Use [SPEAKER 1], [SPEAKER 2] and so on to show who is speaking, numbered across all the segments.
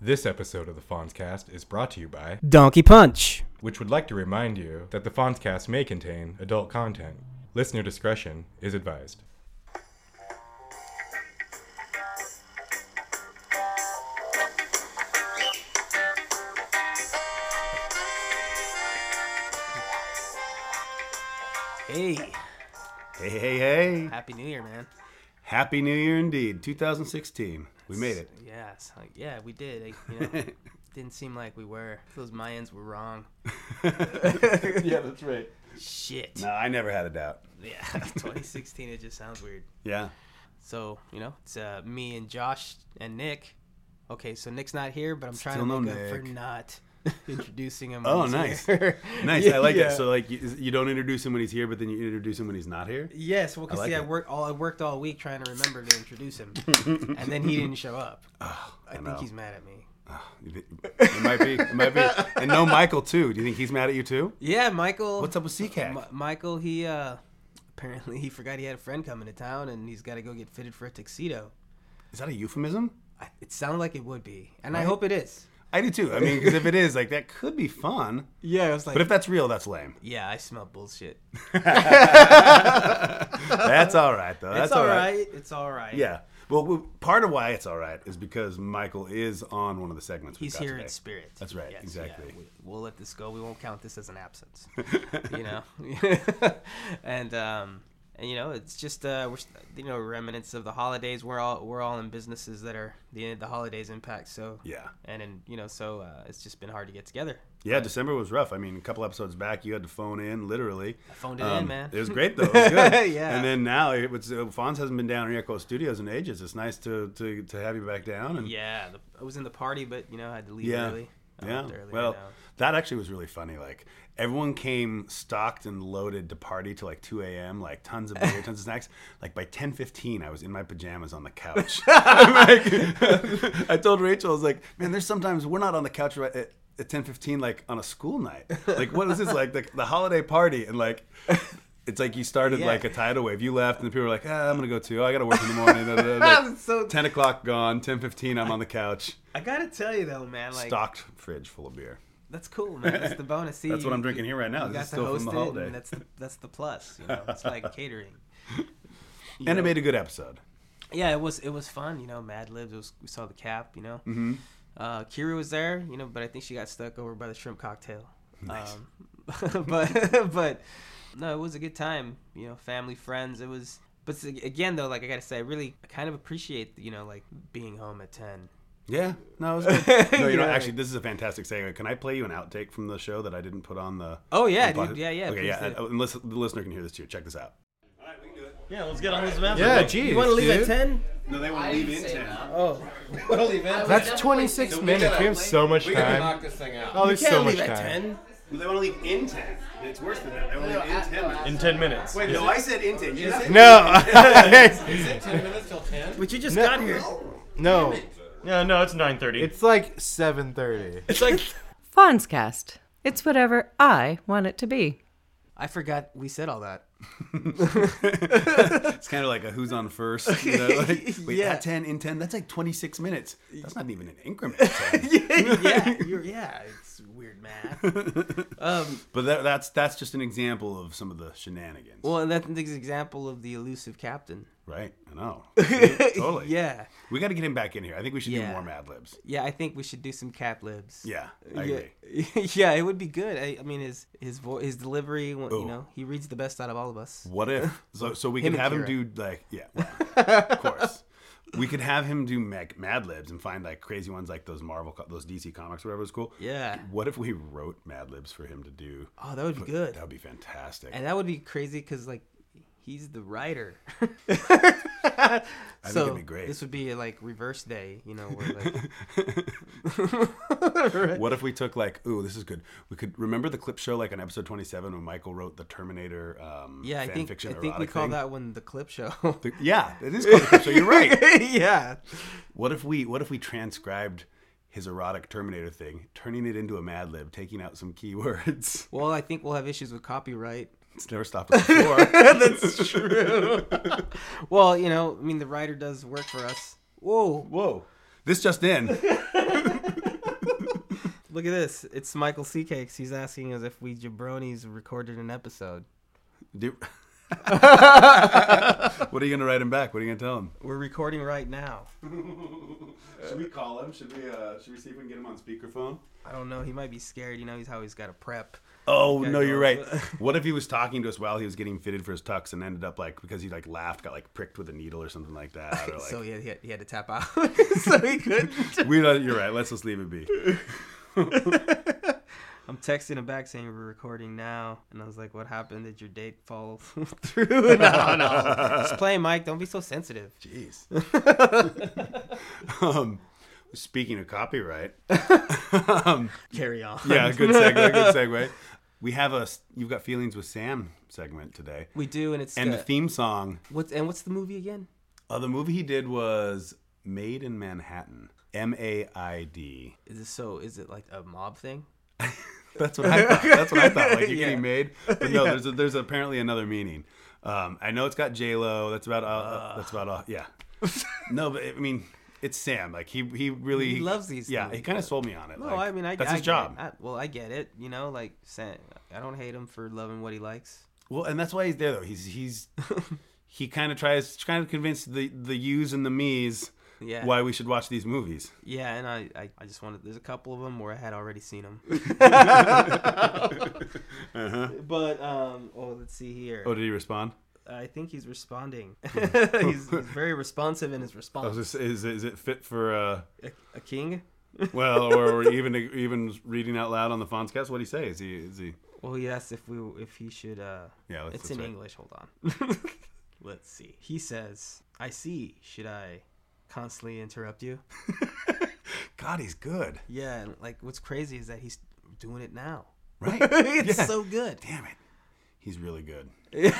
[SPEAKER 1] This episode of the Fonzcast is brought to you by,
[SPEAKER 2] Donkey Punch.
[SPEAKER 1] which would like to remind you that the Fonzcast may contain adult content. Listener discretion is advised.
[SPEAKER 2] Hey,
[SPEAKER 3] Hey, hey, hey.
[SPEAKER 2] happy new year, man.
[SPEAKER 3] Happy New Year indeed. 2016. We made it.
[SPEAKER 2] Yeah, it's like, uh, yeah, we did. Like, you know, didn't seem like we were. Those Mayans were wrong.
[SPEAKER 3] yeah, that's right.
[SPEAKER 2] Shit.
[SPEAKER 3] No, I never had a doubt.
[SPEAKER 2] Yeah, 2016, it just sounds weird.
[SPEAKER 3] Yeah.
[SPEAKER 2] So, you know, it's uh, me and Josh and Nick. Okay, so Nick's not here, but I'm trying
[SPEAKER 3] Still
[SPEAKER 2] to
[SPEAKER 3] no
[SPEAKER 2] make up for
[SPEAKER 3] Nick.
[SPEAKER 2] not introducing him.
[SPEAKER 3] Oh,
[SPEAKER 2] when he's
[SPEAKER 3] nice.
[SPEAKER 2] here.
[SPEAKER 3] Nice.
[SPEAKER 2] Yeah,
[SPEAKER 3] I like
[SPEAKER 2] yeah.
[SPEAKER 3] that. So, like, you, you don't introduce him when he's here, but then you introduce him when he's not here.
[SPEAKER 2] Yes, well, 'cause
[SPEAKER 3] I like
[SPEAKER 2] see, I
[SPEAKER 3] it.
[SPEAKER 2] worked all I worked all week trying to remember to introduce him, and then he didn't show up. I think
[SPEAKER 3] Oh, know.
[SPEAKER 2] he's mad at me.
[SPEAKER 3] It might be. It might be. And no Michael, too. Do you think he's mad at you, too?
[SPEAKER 2] Yeah, Michael.
[SPEAKER 3] What's up with
[SPEAKER 2] Mi-
[SPEAKER 3] CCAC?
[SPEAKER 2] Michael, he uh, apparently he forgot he had a friend coming to town, and he's got to go get fitted for a tuxedo.
[SPEAKER 3] Is that a euphemism?
[SPEAKER 2] I, it sounded like it would be, and I hope it is.
[SPEAKER 3] I do, too. I mean, because if it is, like, that could be fun.
[SPEAKER 2] Yeah, I was like,
[SPEAKER 3] But if Oh, that's real, that's lame.
[SPEAKER 2] yeah, I smell bullshit. It's
[SPEAKER 3] That's all right, though. That's
[SPEAKER 2] all right. It's all right.
[SPEAKER 3] Yeah. Well, we- part of why it's all right is because Michael is on one of the segments. we've
[SPEAKER 2] he's
[SPEAKER 3] got
[SPEAKER 2] here
[SPEAKER 3] today.
[SPEAKER 2] in spirit.
[SPEAKER 3] That's right, exactly.
[SPEAKER 2] we, will let this go. We won't count this as an absence. you know, and um, and you know, it's just uh, we're st- you know remnants of the holidays. We're all we're all in businesses that are the the holidays impact. So
[SPEAKER 3] Yeah.
[SPEAKER 2] and and you know, so uh, it's just been hard to get together.
[SPEAKER 3] Yeah, December was rough. I mean, a couple episodes back, you had to phone in, literally. I
[SPEAKER 2] phoned it in, man.
[SPEAKER 3] It was great though. It was good.
[SPEAKER 2] Yeah.
[SPEAKER 3] And then now, it was, uh, Fonz hasn't been down here at Coast Studios in ages. It's nice to, to, to have you back down. And
[SPEAKER 2] Yeah, the, I was in the party, but you know, I had to leave
[SPEAKER 3] yeah,
[SPEAKER 2] early. I
[SPEAKER 3] yeah.
[SPEAKER 2] left early,
[SPEAKER 3] well, uh,
[SPEAKER 2] you know.
[SPEAKER 3] that actually was really funny. Like everyone came stocked and loaded to party till like 2 a.m. Like tons of beer, tons of snacks. Like by 10:15, I was in my pajamas on the couch. I'm like, I told Rachel, I was like, man, there's sometimes we're not on the couch right at, at 10:15 like on a school night. Like what is this like the, the holiday party and like. It's like you started
[SPEAKER 2] Yeah.
[SPEAKER 3] like a tidal wave. You left, and people were like, ah, "I'm gonna go too. I gotta work in the morning." Da, da, da, da.
[SPEAKER 2] That's so-
[SPEAKER 3] Ten o'clock gone. Ten fifteen. I'm on the couch,
[SPEAKER 2] I gotta tell you though, man, like
[SPEAKER 3] stocked fridge full of beer.
[SPEAKER 2] that's cool, man. That's the bonus. See,
[SPEAKER 3] That's what
[SPEAKER 2] you-
[SPEAKER 3] I'm drinking here right now.
[SPEAKER 2] You
[SPEAKER 3] This
[SPEAKER 2] got
[SPEAKER 3] is
[SPEAKER 2] to
[SPEAKER 3] still
[SPEAKER 2] host
[SPEAKER 3] from the
[SPEAKER 2] it,
[SPEAKER 3] holiday.
[SPEAKER 2] and that's the that's the plus. You know, it's like catering. You
[SPEAKER 3] and
[SPEAKER 2] know?
[SPEAKER 3] it made a good episode.
[SPEAKER 2] Yeah, it was it was fun. You know, Mad Libs. It was, we saw the cap. You know, mm-hmm. uh, Kira was there. You know, but I think she got stuck over by the shrimp cocktail. Nice. Um, but but no, it was a good time. You know, family, friends. It was. But s- again, though, like I gotta say, I really kind of appreciate you know like being home at ten.
[SPEAKER 3] Yeah. No, it was good. No, you know,
[SPEAKER 2] Yeah.
[SPEAKER 3] actually, this is a fantastic segue. Can I play you an outtake from the show that I didn't put on the?
[SPEAKER 2] Oh yeah,
[SPEAKER 3] the
[SPEAKER 2] dude. Yeah, yeah.
[SPEAKER 3] Okay,
[SPEAKER 2] please
[SPEAKER 3] yeah.
[SPEAKER 2] do.
[SPEAKER 3] uh, Unless the listener can hear this too. Check this out.
[SPEAKER 4] Yeah, let's get on this map.
[SPEAKER 1] geez.
[SPEAKER 2] You want to leave at ten?
[SPEAKER 3] No, they want to leave in ten.
[SPEAKER 2] Oh,
[SPEAKER 1] That's 26 minutes. We have so much time.
[SPEAKER 5] this thing out.
[SPEAKER 1] Oh, there's
[SPEAKER 2] can't
[SPEAKER 1] so much
[SPEAKER 2] leave at
[SPEAKER 1] time.
[SPEAKER 2] ten.
[SPEAKER 3] No, they want to leave in ten. It's worse than that. They want to leave in ten. minutes.
[SPEAKER 4] In 10 minutes.
[SPEAKER 3] Wait, no, I said in ten. You said
[SPEAKER 1] No.
[SPEAKER 5] Is it 10 minutes till 10?
[SPEAKER 2] But you just got here.
[SPEAKER 1] no.
[SPEAKER 4] Yeah, no, it's 9.30.
[SPEAKER 1] It's like 7:30.
[SPEAKER 2] It's like
[SPEAKER 6] Fonzcast. It's whatever I want it to be.
[SPEAKER 2] I forgot we said all that.
[SPEAKER 3] it's kind of like a who's on first. You know, like, wait,
[SPEAKER 2] Yeah.
[SPEAKER 3] at ten in ten. That's like twenty six minutes. That's not even an increment. of 10.
[SPEAKER 2] yeah, you're, yeah, it's weird math. um,
[SPEAKER 3] But that, that's that's just an example of some of the shenanigans.
[SPEAKER 2] well, and that's an example of the elusive captain.
[SPEAKER 3] Right, I know. See? totally.
[SPEAKER 2] Yeah,
[SPEAKER 3] We got to get him back in here. I think we should
[SPEAKER 2] Yeah.
[SPEAKER 3] do more Mad Libs.
[SPEAKER 2] yeah, I think we should do some cap libs.
[SPEAKER 3] Yeah, I
[SPEAKER 2] yeah,
[SPEAKER 3] agree.
[SPEAKER 2] yeah, it would be good. I, I mean, his his vo- his delivery, you
[SPEAKER 3] Oh.
[SPEAKER 2] know, he reads the best out of all of us.
[SPEAKER 3] What if? So, so we
[SPEAKER 2] Him
[SPEAKER 3] could
[SPEAKER 2] and
[SPEAKER 3] have him do
[SPEAKER 2] Kira.
[SPEAKER 3] like, yeah, well, of course. We could have him do Mac, Mad Libs and find like crazy ones like those Marvel, co- those DC comics, whatever was cool.
[SPEAKER 2] Yeah.
[SPEAKER 3] What if we wrote Mad Libs for him to do?
[SPEAKER 2] Oh, that would be good,
[SPEAKER 3] That would be fantastic.
[SPEAKER 2] and that would be crazy because like he's the writer.
[SPEAKER 3] I think
[SPEAKER 2] so
[SPEAKER 3] it'd be great.
[SPEAKER 2] this would be like reverse day, you know, where like
[SPEAKER 3] What if we took like, ooh, this is good. We could remember the clip show like on episode twenty-seven when Michael wrote the Terminator. Um,
[SPEAKER 2] yeah, I
[SPEAKER 3] fan
[SPEAKER 2] think
[SPEAKER 3] fiction
[SPEAKER 2] I think we
[SPEAKER 3] erotic
[SPEAKER 2] call
[SPEAKER 3] thing.
[SPEAKER 2] that one the clip show.
[SPEAKER 3] The- yeah, it is called the clip show. You're right.
[SPEAKER 2] yeah.
[SPEAKER 3] What if we what if we transcribed his erotic Terminator thing, turning it into a Mad Lib, taking out some keywords?
[SPEAKER 2] Well, I think we'll have issues with copyright.
[SPEAKER 3] It's never stopped us before.
[SPEAKER 2] That's true. well, you know, I mean, the writer does work for us. Whoa.
[SPEAKER 3] Whoa! This just in.
[SPEAKER 2] Look at this. It's Michael C. Cakes. He's asking us if we jabronis recorded an episode.
[SPEAKER 3] Do- what are you gonna write him back? What are you gonna tell him?
[SPEAKER 2] We're recording right now.
[SPEAKER 3] Should we call him? Should we? Uh, should we see if we can get him on speakerphone?
[SPEAKER 2] I don't know. He might be scared. You know, he's how he's got to prep.
[SPEAKER 3] Oh
[SPEAKER 2] Okay,
[SPEAKER 3] no, you're right.
[SPEAKER 2] well-
[SPEAKER 3] what if he was talking to us while he was getting fitted for his tux and ended up like because he like laughed, got like pricked with a needle or something like that? Or, like,
[SPEAKER 2] so he had, he had, he had to tap out. so he couldn't.
[SPEAKER 3] we don't, you're right. Let's just leave it be.
[SPEAKER 2] I'm texting him back saying we're recording now. And I was like, what happened? Did your date fall through? no, no. Just play, Mike. Don't be so sensitive.
[SPEAKER 3] Jeez. um, speaking of copyright,
[SPEAKER 2] Carry on.
[SPEAKER 3] yeah, good segue. Good segue. We have a s- you've got feelings with Sam segment today,
[SPEAKER 2] We do, and it's
[SPEAKER 3] and
[SPEAKER 2] uh,
[SPEAKER 3] the theme song
[SPEAKER 2] what's and what's the movie again?
[SPEAKER 3] of the movie he did was Made in Manhattan. M A I D.
[SPEAKER 2] Is it so? Is it like a mob thing?
[SPEAKER 3] That's what I thought. That's what I thought. Like you're
[SPEAKER 2] Yeah.
[SPEAKER 3] getting made, but no, there's a, there's apparently another meaning. Um, I know it's got J Lo. That's about all. uh, that's about all. Yeah. no, but I mean, it's Sam. Like he he really
[SPEAKER 2] He loves these
[SPEAKER 3] Yeah,
[SPEAKER 2] things,
[SPEAKER 3] he kind of
[SPEAKER 2] but-
[SPEAKER 3] sold me on it.
[SPEAKER 2] No,
[SPEAKER 3] like,
[SPEAKER 2] I mean, I
[SPEAKER 3] that's
[SPEAKER 2] I
[SPEAKER 3] his
[SPEAKER 2] get
[SPEAKER 3] job.
[SPEAKER 2] it. I, well, I get it. You know, like saying I don't hate him for loving what he likes.
[SPEAKER 3] Well, and that's why he's there though. He's he's he kind of tries trying to convince the the yous and the me's
[SPEAKER 2] Yeah.
[SPEAKER 3] why we should watch these movies.
[SPEAKER 2] Yeah, and I, I, I just wanted. There's a couple of them where I had already seen them. But um, oh, let's see here.
[SPEAKER 3] Oh, did he respond?
[SPEAKER 2] I think he's responding. he's, he's very responsive in his
[SPEAKER 3] I was
[SPEAKER 2] response.
[SPEAKER 3] just, Oh, is is it fit for uh
[SPEAKER 2] A, a king?
[SPEAKER 3] well or, or even even reading out loud on the Fonzcast? What would he say? Is he is he
[SPEAKER 2] Well, he asked if we if he should. Uh,
[SPEAKER 3] Yeah, let's-
[SPEAKER 2] it's
[SPEAKER 3] let's
[SPEAKER 2] in
[SPEAKER 3] write.
[SPEAKER 2] English. Hold on. let's see. He says, "I see. Should I constantly interrupt you?"
[SPEAKER 3] God, he's good.
[SPEAKER 2] Yeah, and like what's crazy is that he's doing it now.
[SPEAKER 3] Right?
[SPEAKER 2] it's
[SPEAKER 3] Yeah.
[SPEAKER 2] so good.
[SPEAKER 3] Damn it. He's really good. it's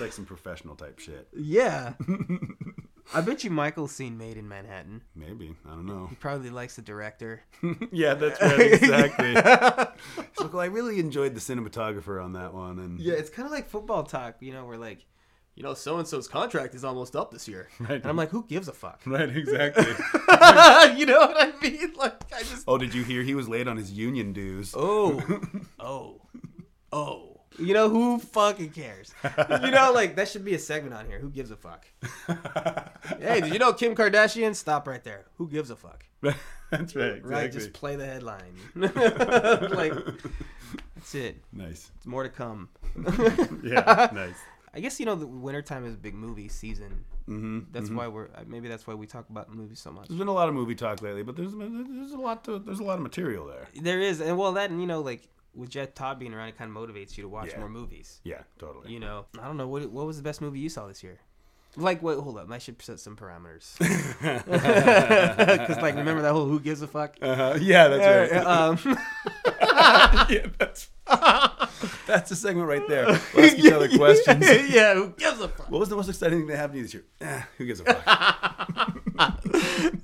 [SPEAKER 3] like some professional type shit.
[SPEAKER 2] Yeah. I bet you Michael's seen Made in Manhattan.
[SPEAKER 3] Maybe. I don't know.
[SPEAKER 2] Probably likes the director.
[SPEAKER 3] yeah, that's right. Exactly. so, well, I really enjoyed the cinematographer on that one. And
[SPEAKER 2] Yeah, it's kind of like football talk, you know, where like, you know, so and so's contract is almost up this year, and I'm like, who gives a fuck?
[SPEAKER 3] Right, exactly.
[SPEAKER 2] you know what I mean? Like, I just
[SPEAKER 3] oh, did you hear he was late on his union dues?
[SPEAKER 2] oh, oh, oh. You know who fucking cares? You know, like that should be a segment on here. Who gives a fuck? hey, did you know Kim Kardashian? Stop right there. Who gives a fuck?
[SPEAKER 3] that's right. Exactly.
[SPEAKER 2] Right, just play the headline. like that's it.
[SPEAKER 3] nice.
[SPEAKER 2] It's more to come.
[SPEAKER 3] Yeah, nice.
[SPEAKER 2] I guess you know the wintertime is big movie season. Mm-hmm, that's why we're uh, maybe that's why we talk about movies so much.
[SPEAKER 3] There's been a lot of movie talk lately, but there's there's a lot to there's a lot of material there.
[SPEAKER 2] There is, and well, that and you know, like with Jet Todd being around, it kind of motivates you to watch
[SPEAKER 3] Yeah.
[SPEAKER 2] more movies.
[SPEAKER 3] Yeah, totally.
[SPEAKER 2] You know, I don't know what what was the best movie you saw this year. Like, wait, hold up, I should set some parameters. Because like, remember that whole "Who gives a fuck"?
[SPEAKER 3] Uh, yeah, that's right.
[SPEAKER 2] Um,
[SPEAKER 3] yeah, that's that's the segment right there. We'll ask each other questions.
[SPEAKER 2] yeah, who gives a fuck?
[SPEAKER 3] What was the most exciting thing that happened to you this year? Eh, who gives a fuck?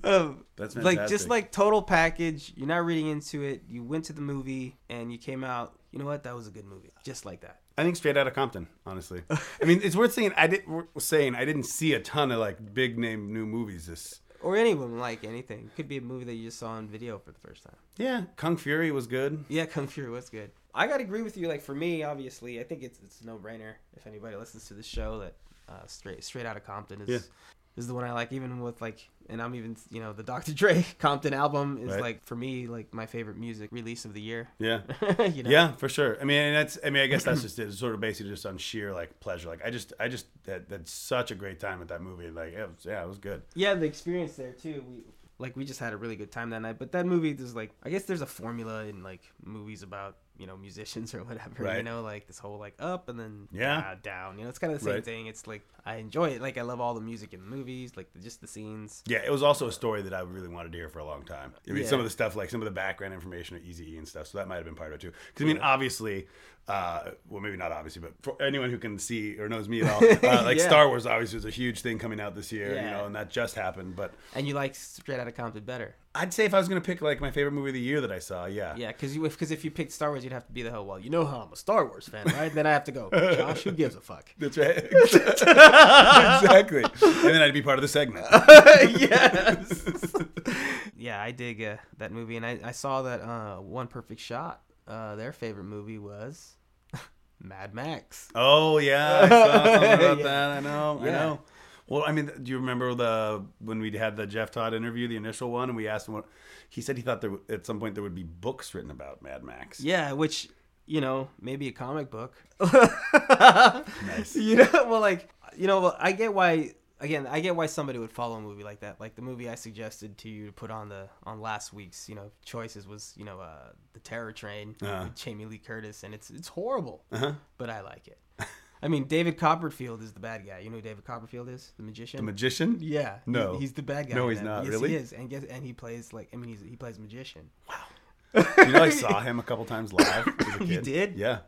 [SPEAKER 2] Um,
[SPEAKER 3] That's
[SPEAKER 2] like just like total package you're not reading into it you went to the movie and you came out you know what that was a good movie just like that
[SPEAKER 3] I think straight out of Compton, honestly. I mean, it's worth saying I did worth saying I didn't see a ton of like big name new movies this.
[SPEAKER 2] or anyone like anything could be a movie that you just saw on video for the first time
[SPEAKER 3] Yeah, Kung Fury was good.
[SPEAKER 2] yeah kung fury was good i gotta agree with you like for me obviously i think it's it's a no-brainer if anybody listens to the show that uh, straight straight out of compton is
[SPEAKER 3] Yeah.
[SPEAKER 2] is the one i like even with like and i'm even you know the dr dre compton album is
[SPEAKER 3] Right.
[SPEAKER 2] like for me like my favorite music release of the year
[SPEAKER 3] Yeah.
[SPEAKER 2] you know
[SPEAKER 3] Yeah, for sure. I mean, and that's. I mean, I guess that's just it. It's sort of basically just on sheer like pleasure. Like I just, I just had, had such a great time at that movie. Like, it was, yeah, it was good.
[SPEAKER 2] yeah the experience there too we like we just had a really good time that night but that movie there's like i guess there's a formula in like movies about you know musicians or whatever you
[SPEAKER 3] Right.
[SPEAKER 2] know like this whole like up and then
[SPEAKER 3] Yeah.
[SPEAKER 2] da- down you know it's kind of the same
[SPEAKER 3] Right.
[SPEAKER 2] thing it's like i enjoy it like i love all the music in the movies like the, just the scenes
[SPEAKER 3] Yeah, it was also a story that I really wanted to hear for a long time. I mean,
[SPEAKER 2] Yeah.
[SPEAKER 3] some of the stuff, like some of the background information, or Easy E and stuff. So that might have been part of it too. Because I mean, obviously, uh, well, maybe not obviously, but for anyone who can see or knows me at all, uh, like
[SPEAKER 2] Yeah.
[SPEAKER 3] Star Wars obviously was a huge thing coming out this year, you
[SPEAKER 2] Yeah.
[SPEAKER 3] know, and that just happened. But
[SPEAKER 2] and you like straight out of compton better
[SPEAKER 3] I'd say if I was gonna pick like my favorite movie of the year that I saw, yeah,
[SPEAKER 2] yeah because you because if you picked star wars you'd have to be the whole well you know how i'm a star wars fan right then i have to go josh who gives a fuck
[SPEAKER 3] that's right, exactly. And then I'd be part of the segment.
[SPEAKER 2] yes. yeah, I dig uh, that movie, and I, I saw that uh, One Perfect Shot. Uh, their favorite movie was Mad Max.
[SPEAKER 3] Oh yeah, I saw something about
[SPEAKER 2] Yeah.
[SPEAKER 3] that. I know. I
[SPEAKER 2] Yeah.
[SPEAKER 3] know. Well, I mean, do you remember the when we had the Jeff Todd interview, the initial one, and we asked him what he said? He thought there w- at some point there would be books written about Mad Max.
[SPEAKER 2] Yeah, which you know maybe a comic book. nice. You know, well, like you know, well, I get why. Again, I get why somebody would follow a movie like that. Like the movie I suggested to you to put on the on last week's, you know, choices was you know uh, the Terror Train
[SPEAKER 3] Uh-huh.
[SPEAKER 2] with Jamie Lee Curtis, and it's it's horrible, but I like it. I mean, David Copperfield is the bad guy. You know who David Copperfield is? The magician.
[SPEAKER 3] The magician.
[SPEAKER 2] Yeah. he's-
[SPEAKER 3] No.
[SPEAKER 2] He's, the bad guy.
[SPEAKER 3] No,
[SPEAKER 2] in
[SPEAKER 3] he's
[SPEAKER 2] that.
[SPEAKER 3] not,
[SPEAKER 2] Yes,
[SPEAKER 3] really?
[SPEAKER 2] he is. And guess, and he plays like I mean he's, he plays magician.
[SPEAKER 3] You know, I saw him a couple times live. As a kid.
[SPEAKER 2] You did?
[SPEAKER 3] Yeah.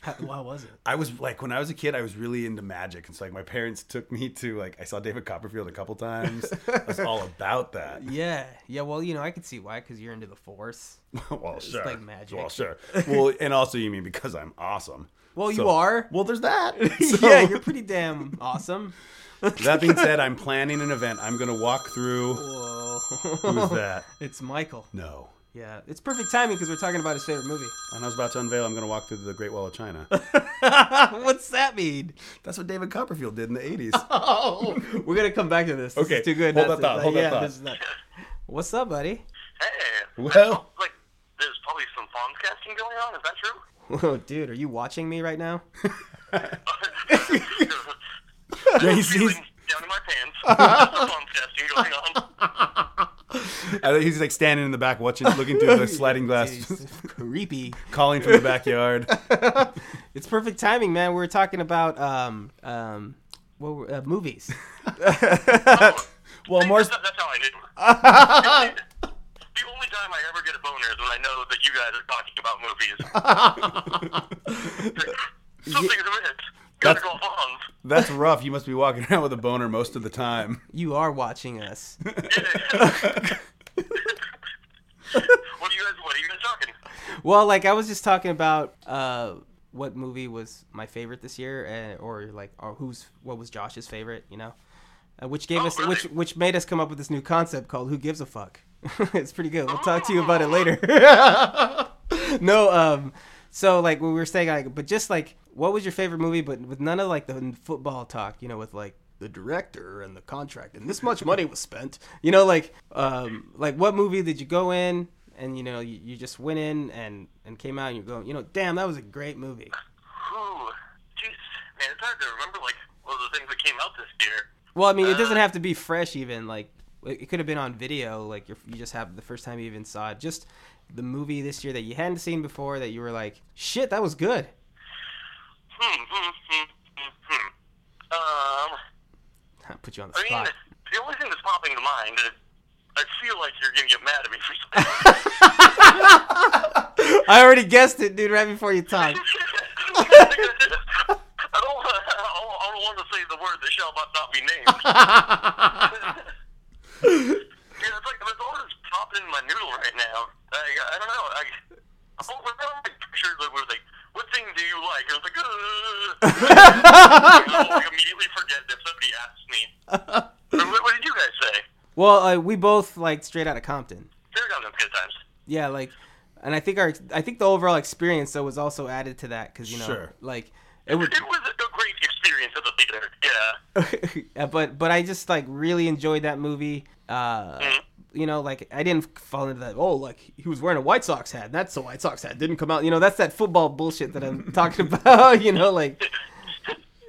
[SPEAKER 2] How, why was it?
[SPEAKER 3] I was like when I was a kid, I was really into magic, and so like my parents took me to like I saw David Copperfield a couple times. I was all about that.
[SPEAKER 2] Yeah. Yeah. Well, you know, I could see why because you're into the force.
[SPEAKER 3] well, sure.
[SPEAKER 2] like magic.
[SPEAKER 3] Well, sure. Well, and also you mean because I'm awesome.
[SPEAKER 2] Well, you are.
[SPEAKER 3] Well, there's that. So,
[SPEAKER 2] yeah, you're pretty damn awesome.
[SPEAKER 3] that being said, I'm planning an event. I'm gonna walk through.
[SPEAKER 2] Whoa.
[SPEAKER 3] Who's that?
[SPEAKER 2] It's Michael.
[SPEAKER 3] No.
[SPEAKER 2] Yeah. It's perfect timing because we're talking about his favorite movie.
[SPEAKER 3] And I was about to unveil. I'm gonna walk through the Great Wall of China.
[SPEAKER 2] What's that mean?
[SPEAKER 3] That's what David Copperfield did in the '80s.
[SPEAKER 2] Oh, we're gonna come back to this. This is
[SPEAKER 3] Okay,
[SPEAKER 2] too good.
[SPEAKER 3] hold
[SPEAKER 2] not
[SPEAKER 3] that
[SPEAKER 2] to-
[SPEAKER 3] thought, hold that
[SPEAKER 2] yeah,
[SPEAKER 3] thought.
[SPEAKER 2] this is not- What's up, buddy?
[SPEAKER 5] Hey,
[SPEAKER 3] Well,
[SPEAKER 5] like, there's probably some podcasting going on. Is that true?
[SPEAKER 2] Whoa, dude, are you watching me right now?
[SPEAKER 3] Jay-Z's-
[SPEAKER 5] Feeling down in my pants. There's some podcasting going on.
[SPEAKER 3] I think he's like standing in the back, watching, looking through the sliding glass,
[SPEAKER 2] Jeez, creepy.
[SPEAKER 3] calling from the backyard.
[SPEAKER 2] It's perfect timing, man. We were talking about um um what were, uh, movies.
[SPEAKER 3] Well, more.
[SPEAKER 5] That- that's how I knew. the only time I ever get a boner is when I know that you guys are talking about movies. Something's amiss. Gotta
[SPEAKER 3] That's-
[SPEAKER 5] go on.
[SPEAKER 3] That's rough. You must be walking around with a boner most of the time.
[SPEAKER 2] You are watching us.
[SPEAKER 5] What are you guys? What are you guys talking?
[SPEAKER 2] Well, like I was just talking about uh, what movie was my favorite this year, and, or like, or who's what was Josh's favorite, you know, uh, which gave
[SPEAKER 5] Oh,
[SPEAKER 2] us,
[SPEAKER 5] really?
[SPEAKER 2] which which made us come up with this new concept called "Who Gives a Fuck." it's pretty good. We'll talk to you about it later. no, um, so like when we were saying, like, but just like, what was your favorite movie? But with none of like the football talk, you know, with like the director and the contract and this much money was spent you know like um like what movie did you go in and you know you, you just went in and and came out and you go you know damn that was a great movie
[SPEAKER 5] Ooh, jeez, man, it's hard to remember like all the things that came out this year.
[SPEAKER 2] well i mean it doesn't have to be fresh even like it it could have been on video like you're, you just have the first time you even saw it just the movie this year that you hadn't seen before that you were like shit that was good
[SPEAKER 5] Hmm, hmm, hmm, hmm, hmm. Um,
[SPEAKER 2] put you on the
[SPEAKER 5] I mean,
[SPEAKER 2] spot
[SPEAKER 5] the only thing that's popping to mind is I feel like you're gonna get mad at me for something.
[SPEAKER 2] i already guessed it dude right before you talked
[SPEAKER 5] I don't, wanna- I don't, I don't want to say the word that shall not, not be named. yeah, it's like that's all that's popping in my noodle right now. I, I don't know. I, I'm over there, like pictures that were like, what thing do you like? And I was like, Ugh. I immediately forget if somebody asks me. what, what did you guys say?
[SPEAKER 2] well uh, we both like straight out of compton
[SPEAKER 5] They're having those good times.
[SPEAKER 2] yeah like and i think our i think the overall experience though was also added to that because you know
[SPEAKER 3] Sure.
[SPEAKER 2] like it would
[SPEAKER 5] It was a great experience at the theater. Yeah.
[SPEAKER 2] Uh, but but i just like really enjoyed that movie uh you know like i didn't fall into that oh like he was wearing a white sox hat and that's the white sox hat didn't come out you know that's that football bullshit that i'm talking about you know like